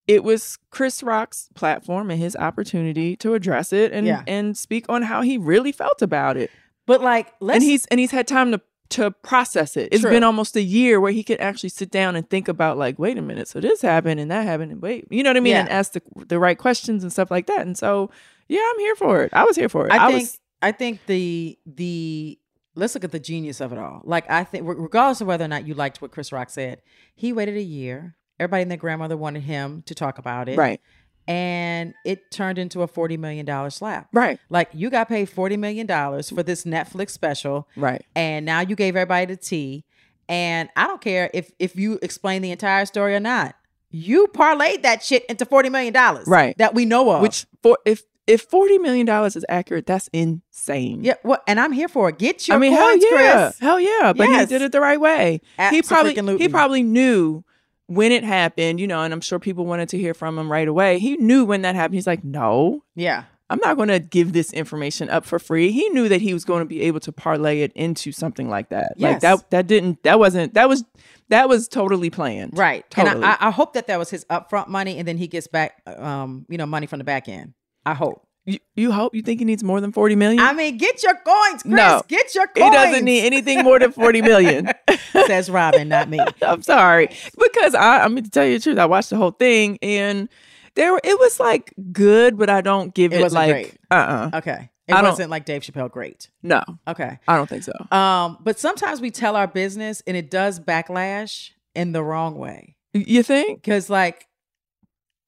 B: it was chris rock's platform and his opportunity to address it and
C: Yeah.
B: and speak on how he really felt about it
C: but like let's
B: and he's and he's had time to to process it It's
C: True.
B: been almost a year where he could actually sit down and think about like wait a minute so this happened and that happened and wait you know what i mean
C: Yeah.
B: and ask the, the right questions and stuff like that and so yeah i'm here for it i was here for it
C: I,
B: i,
C: think
B: was
C: I think the the let's look at the genius of it all. Like I think re- regardless of whether or not you liked what Chris Rock said, he waited a year. Everybody and their grandmother wanted him to talk about it.
B: Right.
C: And it turned into a forty million dollar slap.
B: Right.
C: Like you got paid forty million dollars for this Netflix special.
B: Right.
C: And now you gave everybody the tea. And I don't care if if you explain the entire story or not. You parlayed that shit into forty million dollars.
B: Right.
C: That we know of.
B: Which for if if forty million dollars is accurate, that's insane.
C: Yeah, well, and I'm here for it. Get your
B: I mean,
C: coins,
B: hell yeah,
C: Chris.
B: hell yeah! But
C: Yes.
B: he did it the right way. he probably
C: Abso-freaking-lutely.
B: he probably knew when it happened, you know. And I'm sure people wanted to hear from him right away. He knew when that happened. He's like, no,
C: Yeah.
B: I'm not going to give this information up for free. He knew that he was going to be able to parlay it into something like that.
C: Yes.
B: Like that that didn't that wasn't that was that was totally planned.
C: Right.
B: Totally.
C: And I, I I hope that that was his upfront money and then he gets back, um, you know, money from the back end. I hope.
B: you, you hope you think he needs more than forty million?
C: I mean, get your coins, Chris.
B: No.
C: Get your
B: He
C: coins.
B: doesn't need anything more than 40 million.
C: Says Robin, not me.
B: I'm sorry. Because I, I mean, to tell you the truth, I watched the whole thing and there were- it was like good, but I don't give
C: It
B: it,
C: wasn't
B: like
C: great.
B: uh uh
C: Okay. It
B: I don't-
C: wasn't like Dave Chappelle great.
B: No.
C: Okay.
B: I don't think so.
C: Um, but sometimes we tell our business and it does backlash in the wrong way.
B: You think?
C: Because like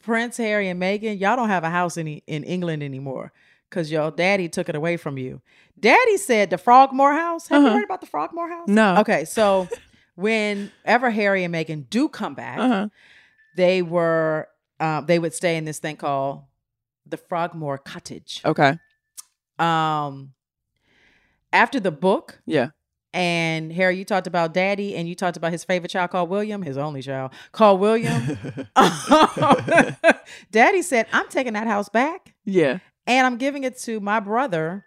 C: Prince Harry and Meghan, y'all don't have a house any in England anymore. Cause your daddy took it away from you. Daddy said the Frogmore house. Have you
B: Uh-huh.
C: heard about the Frogmore house?
B: No.
C: Okay, so whenever Harry and Meghan do come back,
B: Uh-huh.
C: they were uh, they would stay in this thing called the Frogmore Cottage.
B: Okay.
C: Um after the book,
B: Yeah.
C: and Harry, you talked about daddy and you talked about his favorite child called William, his only child called William. daddy said, I'm taking that house back
B: Yeah.
C: and I'm giving it to my brother,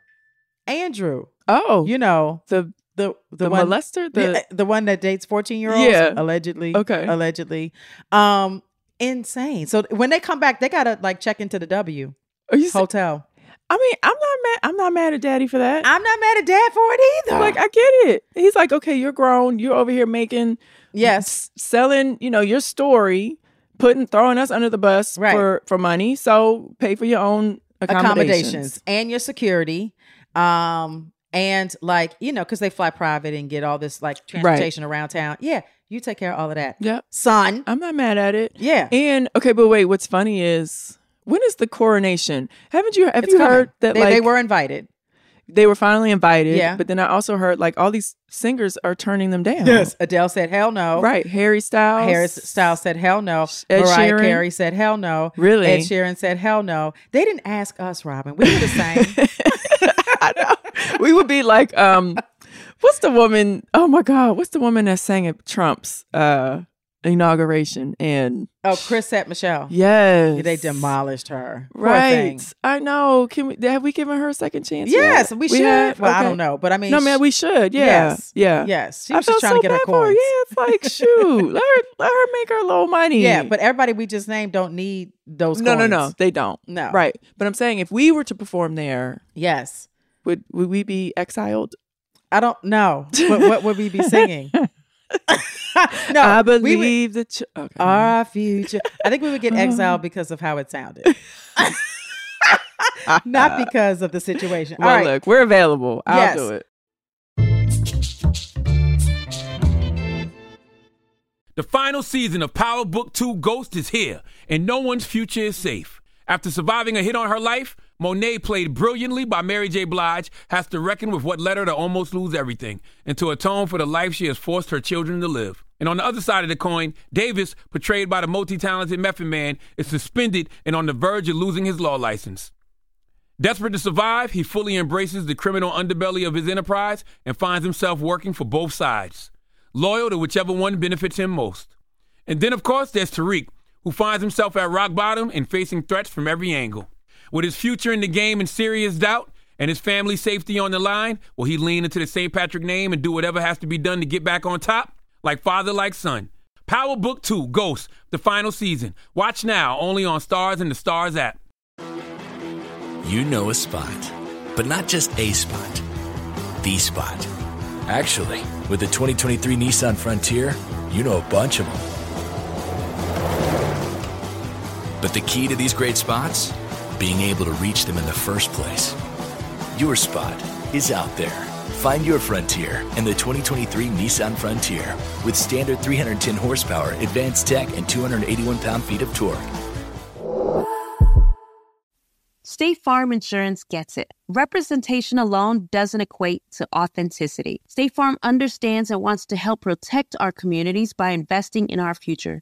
C: Andrew.
B: Oh.
C: You know,
B: the
C: the the,
B: the
C: one,
B: molester,
C: the,
B: the-
C: yeah, the one that dates 14 year olds,
B: Yeah.
C: allegedly.
B: Okay.
C: Allegedly. Um, insane. So when they come back, they gotta like check into the W
B: Are you se-
C: hotel.
B: I mean, I'm not mad I'm not mad at daddy for that.
C: I'm not mad at dad for it either.
B: like I get it. He's like, okay, you're grown. You're over here making,
C: Yes.
B: s- selling. You know your story, putting throwing us under the bus
C: Right.
B: for for money. So pay for your own accommodations.
C: accommodations and your security um and like you know because they fly private and get all this like transportation around town yeah you take care of all of that
B: Yep.
C: son
B: I'm not mad at it.
C: Yeah.
B: And okay, but wait, what's funny is when is the coronation? Haven't you have
C: It's
B: you
C: coming.
B: heard that
C: they,
B: like
C: they were invited
B: they were finally invited.
C: Yeah.
B: But then I also heard like all these singers are turning them down.
C: Yes, Adele said hell no.
B: Right. Harry Styles.
C: Harry Styles said hell no.
B: Ed
C: Mariah
B: Sheeran.
C: Carey said hell no.
B: Really?
C: Ed Sheeran said hell no. They didn't ask us, Robin. We were the same.
B: we would be like, um, what's the woman? Oh my God, what's the woman that sang at Trump's uh, inauguration? And
C: oh, Chrisette Michelle.
B: Yes.
C: They demolished her. Poor
B: right,
C: thing.
B: I know. Can we have we given her a second chance? yet?
C: Yes, we should.
B: have?
C: Well, I
B: Okay.
C: don't know, but I mean,
B: no,
C: sh-
B: man, we should. Yeah,
C: Yes.
B: yeah,
C: Yes. She
B: I
C: was just
B: felt
C: trying to
B: so
C: get her
B: bad for
C: coins.
B: Yeah, it's like shoot, let her let her make her little money.
C: Yeah, but everybody we just named don't need those.
B: no, no, no,
C: coins.
B: they don't.
C: No.
B: right. But I'm saying if we were to perform there,
C: Yes.
B: would would we be exiled?
C: I don't know. what, what would we be singing? no,
B: I
C: we would-
B: believe the ch- okay.
C: Our future. I think we would get exiled because of how it sounded. Not because of the situation.
B: Well,
C: All right.
B: look, we're available. I'll
C: Yes.
B: do it.
A: The final season of Power Book 2 Ghost is here, and no one's future is safe. After surviving a hit on her life, Monet, played brilliantly by Mary J. Blige, has to reckon with what led her to almost lose everything and to atone for the life she has forced her children to live. And on the other side of the coin, Davis, portrayed by the multi talented Method Man, is suspended and on the verge of losing his law license. Desperate to survive, he fully embraces the criminal underbelly of his enterprise and finds himself working for both sides, loyal to whichever one benefits him most. And then, of course, there's Tariq, who finds himself at rock bottom and facing threats from every angle. With his future in the game in serious doubt and his family's safety on the line, will he lean into the St. Patrick name and do whatever has to be done to get back on top? Like father, like son. Power Book 2 Ghost, the final season. Watch now, only on Stars and the Stars app.
D: You know a spot, but not just a spot, the spot. Actually, with the 2023 Nissan Frontier, you know a bunch of them. But the key to these great spots? Being able to reach them in the first place. Your spot is out there. Find your frontier in the 2023 Nissan Frontier with standard 310 horsepower, advanced tech, and 281 pound feet of torque.
E: State Farm Insurance gets it. Representation alone doesn't equate to authenticity. State Farm understands and wants to help protect our communities by investing in our future,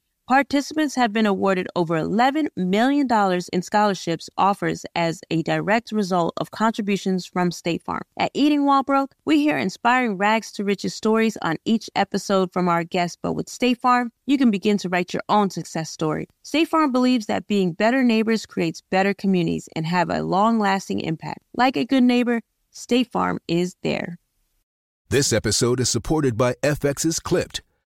E: participants have been awarded over $11 million in scholarships offers as a direct result of contributions from State Farm. At Eating Walbrook, we hear inspiring rags to riches stories on each episode from our guests, but with State Farm, you can begin to write your own success story. State Farm believes that being better neighbors creates better communities and have a long-lasting impact. Like a good neighbor, State Farm is there.
L: This episode is supported by FX's Clipped,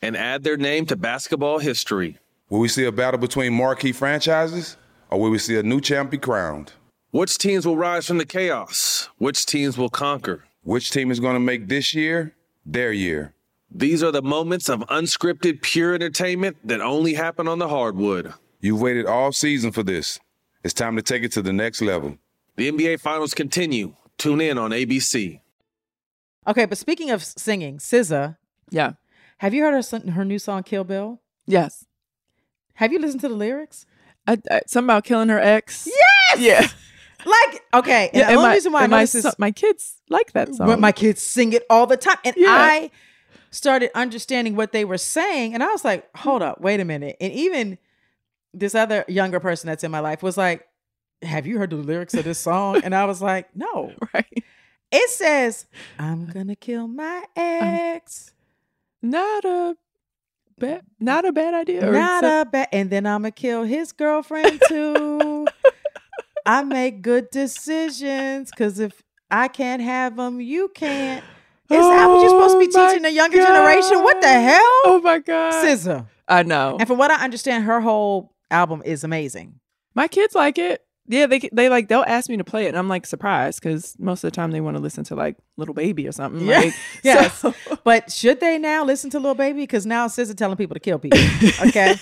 F: and add their name to basketball history.
G: Will we see a battle between marquee franchises, or will we see a new champ be crowned?
F: Which teams will rise from the chaos? Which teams will conquer?
G: Which team is going to make this year their year?
F: These are the moments of unscripted, pure entertainment that only happen on the hardwood.
G: You've waited all season for this. It's time to take it to the next level.
F: The NBA Finals continue. Tune in on ABC.
C: Okay, but speaking of singing, SZA.
B: Yeah.
C: Have you heard her son- her new song Kill Bill?
B: Yes.
C: Have you listened to the lyrics?
B: I, I, something about killing her ex.
C: Yes.
B: Yeah.
C: Like, okay. And
B: Yeah,
C: the
B: and
C: only
B: my-
C: reason why I
B: and my
C: noticed this
B: son- my kids like that song.
C: But my kids sing it all the time. And
B: Yeah.
C: I started understanding what they were saying. And I was like, hold up, wait a minute. And even this other younger person that's in my life was like, have you heard the lyrics of this song? And I was like, no.
B: Right.
C: It says, I'm gonna kill my ex.
B: Uh-huh. Not a bad not a bad idea. or
C: Not
B: some-
C: a bad and then I'ma kill his girlfriend too. I make good decisions because if I can't have them, you can't. Is how would you supposed to be
B: Oh, my
C: teaching the younger generation? What the
B: God.
C: hell?
B: Oh my god. Oh.
C: Scissor.
B: I know.
C: And from what I understand, her whole album is amazing.
B: My kids like it. Yeah, they they like they'll ask me to play it, and I'm like surprised because most of the time they want to listen to like Little Baby or something.
C: Yeah.
B: Like,
C: Yes.
B: so-
C: But should they now listen to Lil Baby? Because now SZA telling people to kill people. Okay.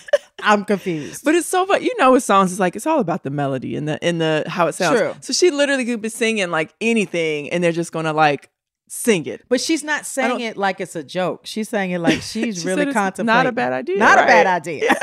C: I'm confused.
B: but it's so fun. You know, with songs, it's like it's all about the melody and the and the how it sounds.
C: True.
B: So she literally could be singing like anything, and they're just gonna like sing it.
C: But she's not saying
B: don't-
C: it like it's a joke. She's saying it like she's
B: She
C: really
B: said it's not a
C: contemplating.
B: bad idea,
C: Not a bad
B: right?
C: idea.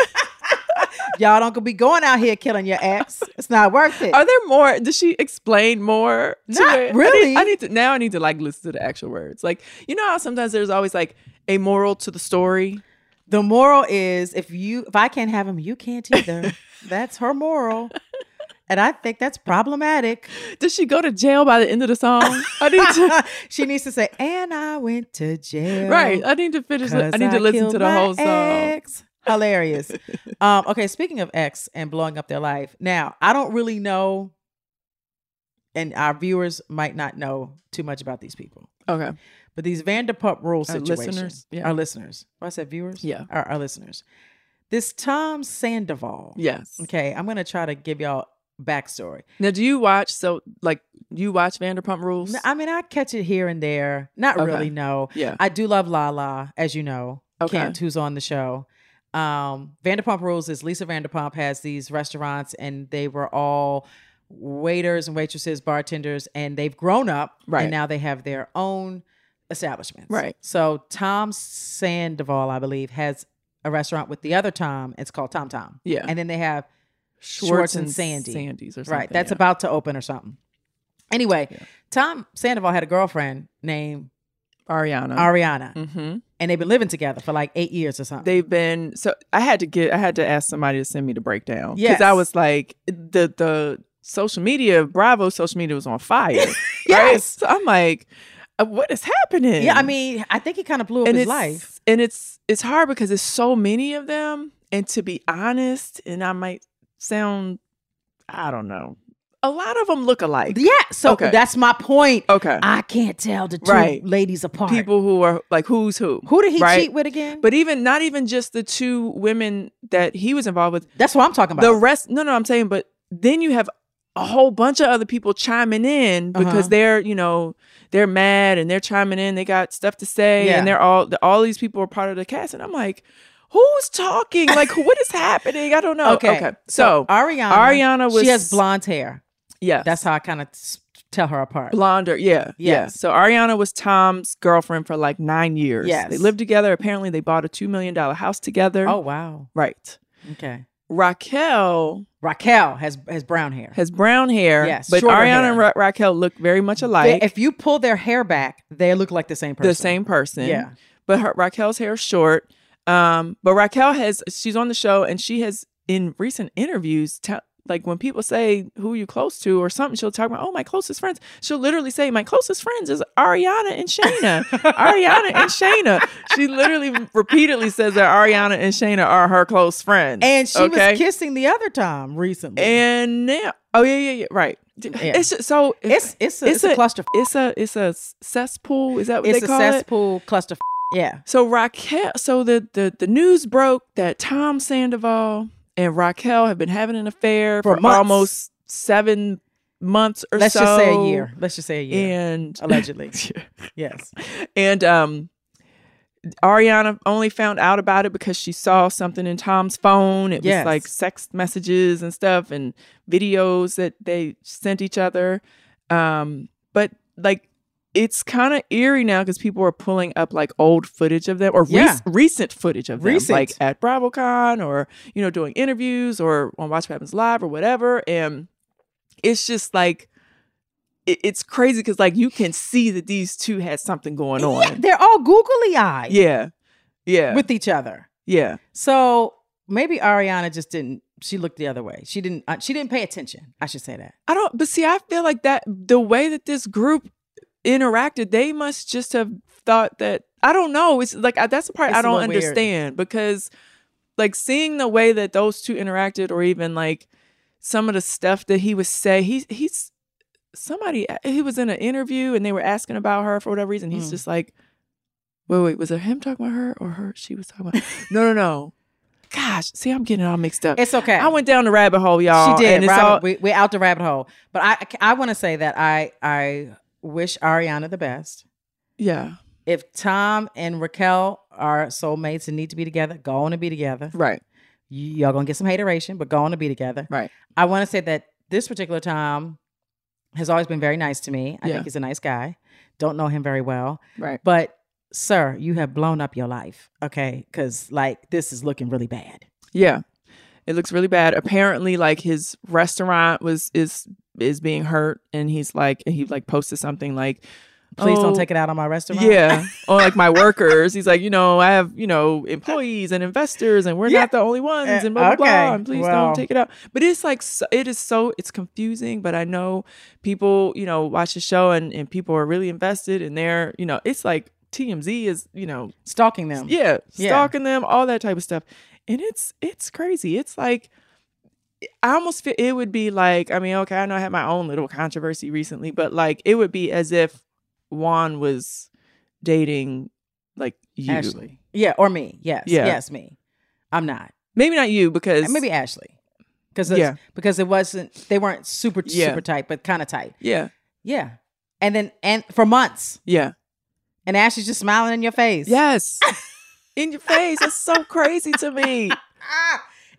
C: Y'all don't gonna be going out here killing your ex. It's not worth it.
B: Are there more? Does she explain more? to
C: Not
B: it? I need-
C: really.
B: I need, to now. I need to like listen to the actual words. Like you know how sometimes there's always like a moral to the story.
C: The moral is if you if I can't have him, you can't either. that's her moral. And I think that's problematic.
B: Does she go to jail by the end of the song? I need to.
C: she needs to say, and I went to jail.
B: Right. I need to finish. li- I
C: 'cause
B: need to listen
C: killed
B: to the
C: my
B: whole song.
C: ex. Hilarious. um, okay, speaking of ex and blowing up their life. Now, I don't really know, and our viewers might not know too much about these people.
B: Okay.
C: But these Vanderpump Rules
B: Our
C: situations,
B: listeners, yeah.
C: our listeners. What I said, viewers,
B: Yeah.
C: our, our listeners. This Tom Sandoval.
B: Yes.
C: Okay, I'm gonna try to give y'all backstory.
B: Now, do you watch? So, like, you watch Vanderpump Rules?
C: No, I mean, I catch it here and there. Not
B: Okay.
C: really, no.
B: Yeah.
C: I do love Lala, as you know.
B: Okay.
C: Kent, who's on the show. Um, Vanderpump Rules is Lisa Vanderpump has these restaurants, and they were all waiters and waitresses, bartenders, and they've grown up.
B: Right.
C: And now they have their own establishments.
B: Right.
C: So Tom Sandoval, I believe, has a restaurant with the other Tom. It's called Tom Tom.
B: Yeah.
C: And then they have Schwartz,
B: Schwartz
C: and
B: and
C: Sandy.
B: Sandy's or
C: Right.
B: something,
C: That's
B: yeah.
C: about to open or something. Anyway, Tom Sandoval had a girlfriend named
B: Ariana.
C: Ariana.
B: Mm-hmm.
C: And they've been living together for like eight years or something.
B: They've been so. I had to get. I had to ask somebody to send me the breakdown because
C: Yes.
B: I was like the the social media Bravo social media was on fire. right?
C: Yes.
B: So I'm like, uh, what is happening?
C: yeah, I mean, I think he kind of blew up his
B: it's,
C: life.
B: And it's it's hard because there's so many of them. And to be honest, and I might sound, I don't know, a lot of them look alike.
C: Yeah, so
B: Okay.
C: that's my point.
B: Okay.
C: I can't tell the two
B: Right.
C: ladies apart.
B: People who are like who's who.
C: Who did he
B: right?
C: cheat with again?
B: But even not even just the two women that he was involved with.
C: that's what I'm talking about.
B: The rest, no, no, I'm saying, but then you have a whole bunch of other people chiming in because
C: Uh-huh.
B: they're, you know, they're mad and they're chiming in. They got stuff to say,
C: Yeah.
B: and they're all all these people are part of the cast, and I'm like, who's talking? Like, what is happening? I don't know.
C: okay.
B: so,
C: Ariana,
B: Ariana was
C: she has blonde hair.
B: Yes,
C: That's how I kind of tell her apart.
B: blonder. Yeah, yeah.
C: Yes.
B: So Ariana was Tom's girlfriend for like nine years.
C: Yes.
B: they lived together. Apparently, they bought a two million dollar house together.
C: Oh wow.
B: right.
C: Okay.
B: Raquel
C: Raquel has has brown hair.
B: has brown hair.
C: Yes,
B: but
C: shorter
B: Ariana
C: hair.
B: and Ra- Raquel look very much
C: They-
B: alike.
C: if you pull their hair back, they look like the same person.
B: the same person.
C: Yeah.
B: But her, Raquel's hair is short. Um, but Raquel has she's on the show and she has in recent interviews ta- like when people say who you close to or something, she'll talk about oh my closest friends. She'll literally say my closest friends is Ariana and Shayna, Ariana and Shayna. She literally repeatedly says that Ariana and Shayna are her close friends.
C: And she
B: okay?
C: was kissing the other Tom recently.
B: And now, oh yeah, yeah, yeah, right. D-
C: Yeah.
B: It's just- so
C: It's- it's a- it's a clusterf-
B: It's a it's a s- cesspool. Is that what
C: it's
B: they
C: a
B: call it?
C: cesspool cluster. Yeah.
B: So Raquel, so the, the the news broke that Tom Sandoval and Raquel have been having an affair
C: For
B: for,
C: months.
B: almost seven months or
C: Let's
B: so.
C: just say a year. Let's just say a year.
B: And
C: Allegedly. yes.
B: and um, Ariana only found out about it because she saw something in Tom's phone. It
C: Yes.
B: was like sext messages and stuff and videos that they sent each other. Um, but like it's kind of eerie now because people are pulling up like old footage of them or rec-
C: Yeah.
B: recent footage of them,
C: Recent.
B: like at BravoCon or you know doing interviews or on Watch What Happens Live or whatever. And it's just like it- it's crazy because like you can see that these two had something going on.
C: Yeah, they're all googly eyed.
B: Yeah. Yeah.
C: With each other.
B: Yeah.
C: So maybe Ariana just didn't. She looked the other way. She didn't. Uh, she didn't pay attention. I should say that.
B: I don't, but see, I feel like that the way that this group interacted, they must just have thought that I don't know. It's like I, that's the part
C: It's
B: I
C: a
B: don't
C: little weird.
B: understand because, like, seeing the way that those two interacted, or even like some of the stuff that he would say, he he's somebody he was in an interview and they were asking about her for whatever reason. He's
C: Mm.
B: just like, wait, wait, was it him talking about her or her? She was talking about no, no, no. Gosh, see, I'm getting it all mixed up.
C: It's okay.
B: I went down the rabbit hole, y'all.
C: She did.
B: and it's
C: rabbit-
B: all-
C: we, we're out the rabbit hole. But I, I want to say that I, I wish Ariana the best.
B: yeah.
C: If Tom and Raquel are soulmates and need to be together, go on and be together.
B: Right.
C: Y'all gonna get some hateration, but go on and be together.
B: Right.
C: I want to say that this particular Tom has always been very nice to me. I
B: Yeah.
C: think he's a nice guy. Don't know him very well.
B: Right.
C: But sir, you have blown up your life. Okay. Cause like this is looking really bad.
B: Yeah. It looks really bad. Apparently like his restaurant was is is being hurt and he's like and he like posted something like
C: Please don't
B: "Oh,
C: take it out on my restaurant.
B: Yeah. or like my workers. He's like, you know, I have, you know, employees and investors and we're
C: Yeah.
B: not the only ones
C: Uh,
B: and blah blah
C: okay.
B: blah. And please
C: Well.
B: don't take it out. But it's like so, it is so it's confusing, but I know people, you know, watch the show and, and people are really invested and they're, you know, it's like TMZ is, you know,
C: stalking them.
B: Yeah,
C: Yeah.
B: stalking them, all that type of stuff. And it's it's crazy. It's like I almost feel it would be like, I mean, okay, I know I had my own little controversy recently, but like it would be as if Juan was dating like you.
C: Ashley. Yeah, or me. Yes.
B: Yeah.
C: Yes, me. I'm not.
B: Maybe not you because
C: maybe Ashley. Because
B: Yeah.
C: because it wasn't they weren't super
B: Yeah.
C: super tight, but kind of tight.
B: Yeah.
C: Yeah. And then and for months.
B: Yeah.
C: And Ashley's just smiling in your face.
B: Yes. in your face. That's so crazy to me.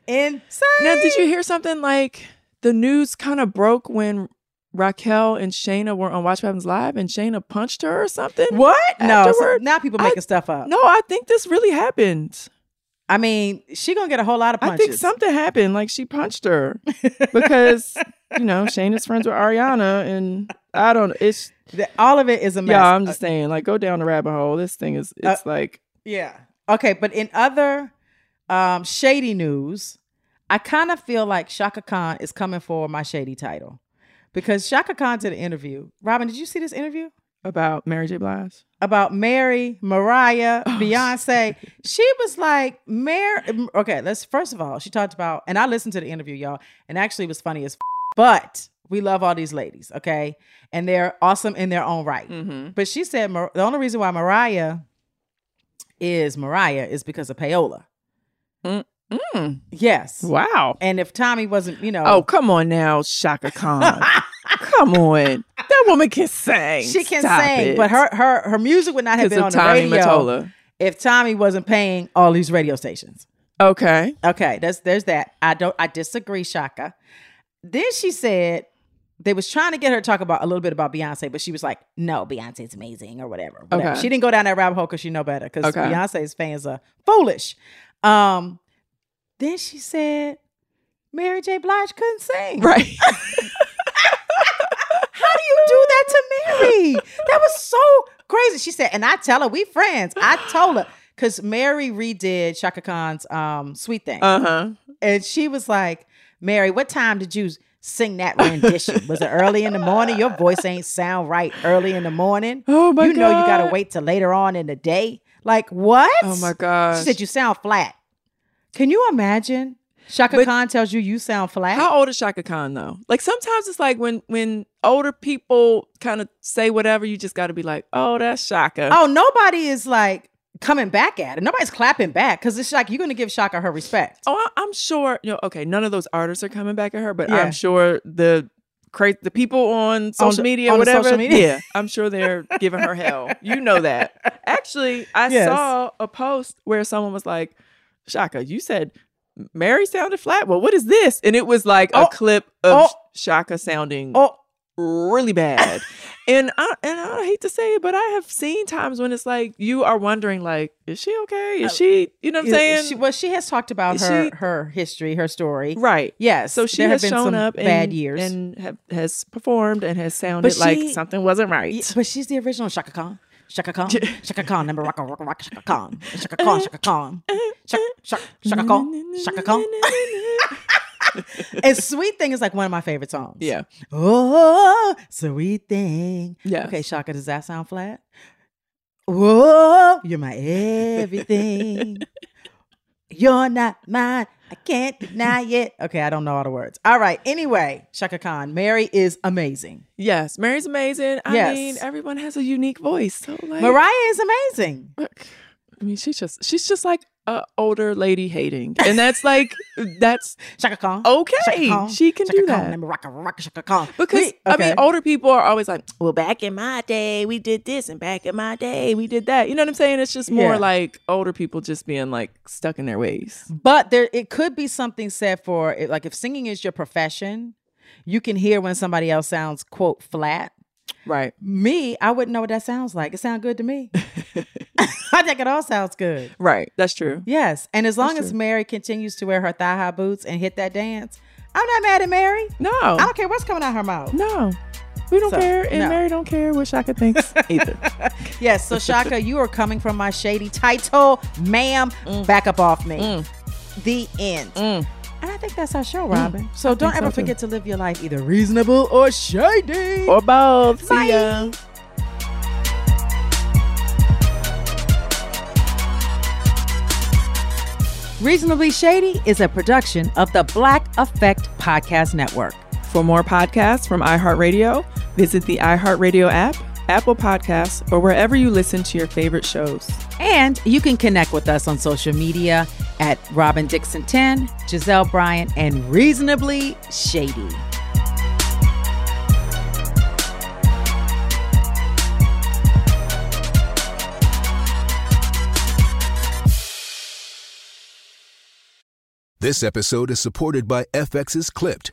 C: Insane.
B: Now, did you hear something like the news kind of broke when Raquel and Shayna were on Watch What Happens Live and Shayna punched her or something?
C: What? No. So
B: Afterward?
C: now people making stuff up.
B: No, I think this really happened.
C: I mean, she gonna get a whole lot of
B: I
C: punches.
B: think something happened. Like she punched her because you know Shane is friends with Ariana, and I don't. It's
C: all of it is a mess.
B: Yeah, I'm just saying. Like go down the rabbit hole. This thing is. It's
C: Uh,
B: like
C: Yeah. Okay, but in other um, shady news, I kind of feel like Shaka Khan is coming for my shady title because Shaka Khan did an interview. Robin, did you see this interview?
B: about Mary J. Blige. Oh,
C: About Mary, Mariah, Beyonce. she was like, Mary. Okay, let's first of all, she talked about, and I listened to the interview, y'all, and actually it was funny as f- but we love all these ladies, okay? And they're awesome in their own right.
B: Mm-hmm.
C: But she said Mar- the only reason why Mariah is Mariah is because of payola. Yes.
B: Wow.
C: And if Tommy wasn't, you know,
B: Oh come on now, Shaka Khan. come on, that woman can sing.
C: she can
B: Stop
C: sing,
B: it.
C: but her her her music would not have
B: 'Cause
C: been
B: of
C: on
B: Tommy
C: the radio
B: Mottola.
C: if Tommy wasn't paying all these radio stations.
B: Okay.
C: Okay, that's there's that. I don't I disagree, Shaka. Then she said they was trying to get her to talk about a little bit about Beyonce, but she was like, "No, Beyonce's amazing or whatever." whatever.
B: Okay.
C: She didn't go down that rabbit hole because she know better because
B: Okay.
C: Beyonce's fans are foolish. Um, then she said Mary J. Blige couldn't sing.
B: Right.
C: How do you do that to Mary? That was so crazy. She said, and I tell her we friends. I told her because Mary redid Shaka Khan's um, "Sweet Thing,"
B: Uh-huh.
C: and she was like, "Mary, what time did you sing that rendition? was it early in the morning? Your voice ain't sound right early in the morning.
B: Oh my
C: you know you gotta
B: God.
C: wait till later on in the day. Like what?
B: Oh my gosh.
C: She said you sound flat. Can you imagine? Shaka
B: But-
C: Khan tells you you sound flat.
B: How old is Shaka Khan though? Like sometimes it's like when when older people kind of say whatever, you just got to be like, oh, that's Shaka.
C: Oh, nobody is like coming back at it. Nobody's clapping back because it's like you're gonna give Shaka her respect.
B: oh, I, I'm sure. You know, okay, none of those artists are coming back at her, but
C: Yeah.
B: I'm sure the cra- the people on social
C: the-
B: media,
C: on the
B: whatever.
C: social media.
B: Yeah, I'm sure they're giving her hell. You know that. Actually, I
C: Yes.
B: saw a post where someone was like, Shaka, you said. Mary sounded flat. Well, what is this? And it was like a
C: Oh,
B: clip of
C: oh.
B: Shaka sounding
C: Oh,
B: really bad. and I and I hate to say it, but I have seen times when it's like you are wondering, like, is she okay? Is
C: Uh,
B: she? You know what I'm
C: is-
B: saying?
C: she- well, she has talked about
B: Is
C: her
B: she-
C: her history, her story.
B: Right.
C: Yes.
B: So she
C: there
B: has
C: have been
B: shown
C: some
B: up
C: bad
B: and,
C: years.
B: and have, has performed and has sounded like something wasn't right.
C: but she's the original Shaka Khan. Shaka Khan. Shaka Khan. Number rock, rock, rock, Shaka Khan. Shaka Khan. Shaka Khan. Shaka, Shaka, Shaka Khan. Shaka Khan. and Sweet Thing is like one of my favorite songs.
B: Yeah.
C: Oh, Sweet Thing.
B: Yeah.
C: Okay, Shaka, does that sound flat? Whoa, you're my everything. You're not mine. I can't deny it. Okay, I don't know all the words. All right. Anyway, Shaka Khan, Mary is amazing.
B: Yes, Mary's amazing. I
C: Yes.
B: mean, everyone has a unique voice. So like
C: Mariah is amazing.
B: I mean, she's just she's just like a older lady hating, and that's like that's
C: Shaka Khan.
B: Okay,
C: Shaka Khan.
B: she can
C: Shaka
B: do
C: Khan.
B: that.
C: Number rock, rock, Shaka Khan.
B: Because
C: Wait,
B: I mean,
C: okay.
B: older people are always like, "Well, back in my day, we did this, and back in my day, we did that." You know what I'm saying? It's just more
C: Yeah.
B: like older people just being like stuck in their ways.
C: But there, it could be something said for it. Like if singing is your profession, you can hear when somebody else sounds quote flat.
B: Right.
C: Me, I wouldn't know what that sounds like. It sounds good to me. I think it all sounds good.
B: Right. That's true.
C: Yes, and as long
B: That's
C: as
B: true.
C: Mary continues to wear her thigh high boots and hit that dance, I'm not mad at Mary.
B: No,
C: I don't care what's coming out her mouth.
B: No, we don't
C: So,
B: care, and
C: no.
B: Mary don't care what Shaka thinks either.
C: Yes, so Shaka, you are coming from my shady title, ma'am.
B: Mm.
C: Back up off me. The end. And I think that's our show, Robin. So
B: Mm. I
C: don't ever
B: think so, too.
C: forget to live your life either reasonable or shady.
B: or both. See
C: Bye.
B: ya.
C: Reasonably Shady is a production of the Black Effect Podcast Network.
B: For more podcasts from iHeartRadio, visit the iHeartRadio app, Apple Podcasts, or wherever you listen to your favorite shows.
C: And you can connect with us on social media at Robin Dixon 10, Giselle Bryant, and Reasonably Shady.
L: This episode is supported by FX's Clipped,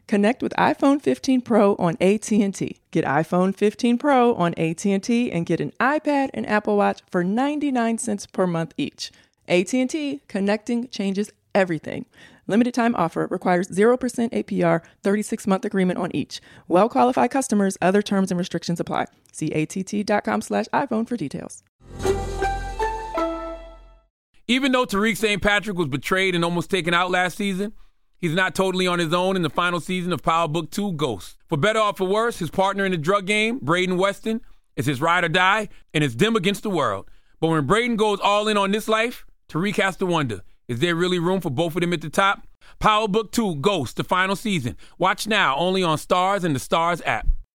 B: Connect with iPhone 15 Pro on AT&T. Get iPhone 15 Pro on AT&T and get an iPad and Apple Watch for 99 cents per month each. AT&T connecting changes everything. Limited time offer requires 0% APR, 36 month agreement on each. Well qualified customers, other terms and restrictions apply. See att.com slash iPhone for details.
A: Even though Tariq St. Patrick was betrayed and almost taken out last season, he's not totally on his own in the final season of Power Book 2 Ghost. For better or for worse, his partner in the drug game, Braden Weston, is his ride or die, and it's them against the world. But when Braden goes all in on this life, Tariq has to wonder is there really room for both of them at the top? Power Book 2 Ghost, the final season. Watch now only on Stars and the Stars app.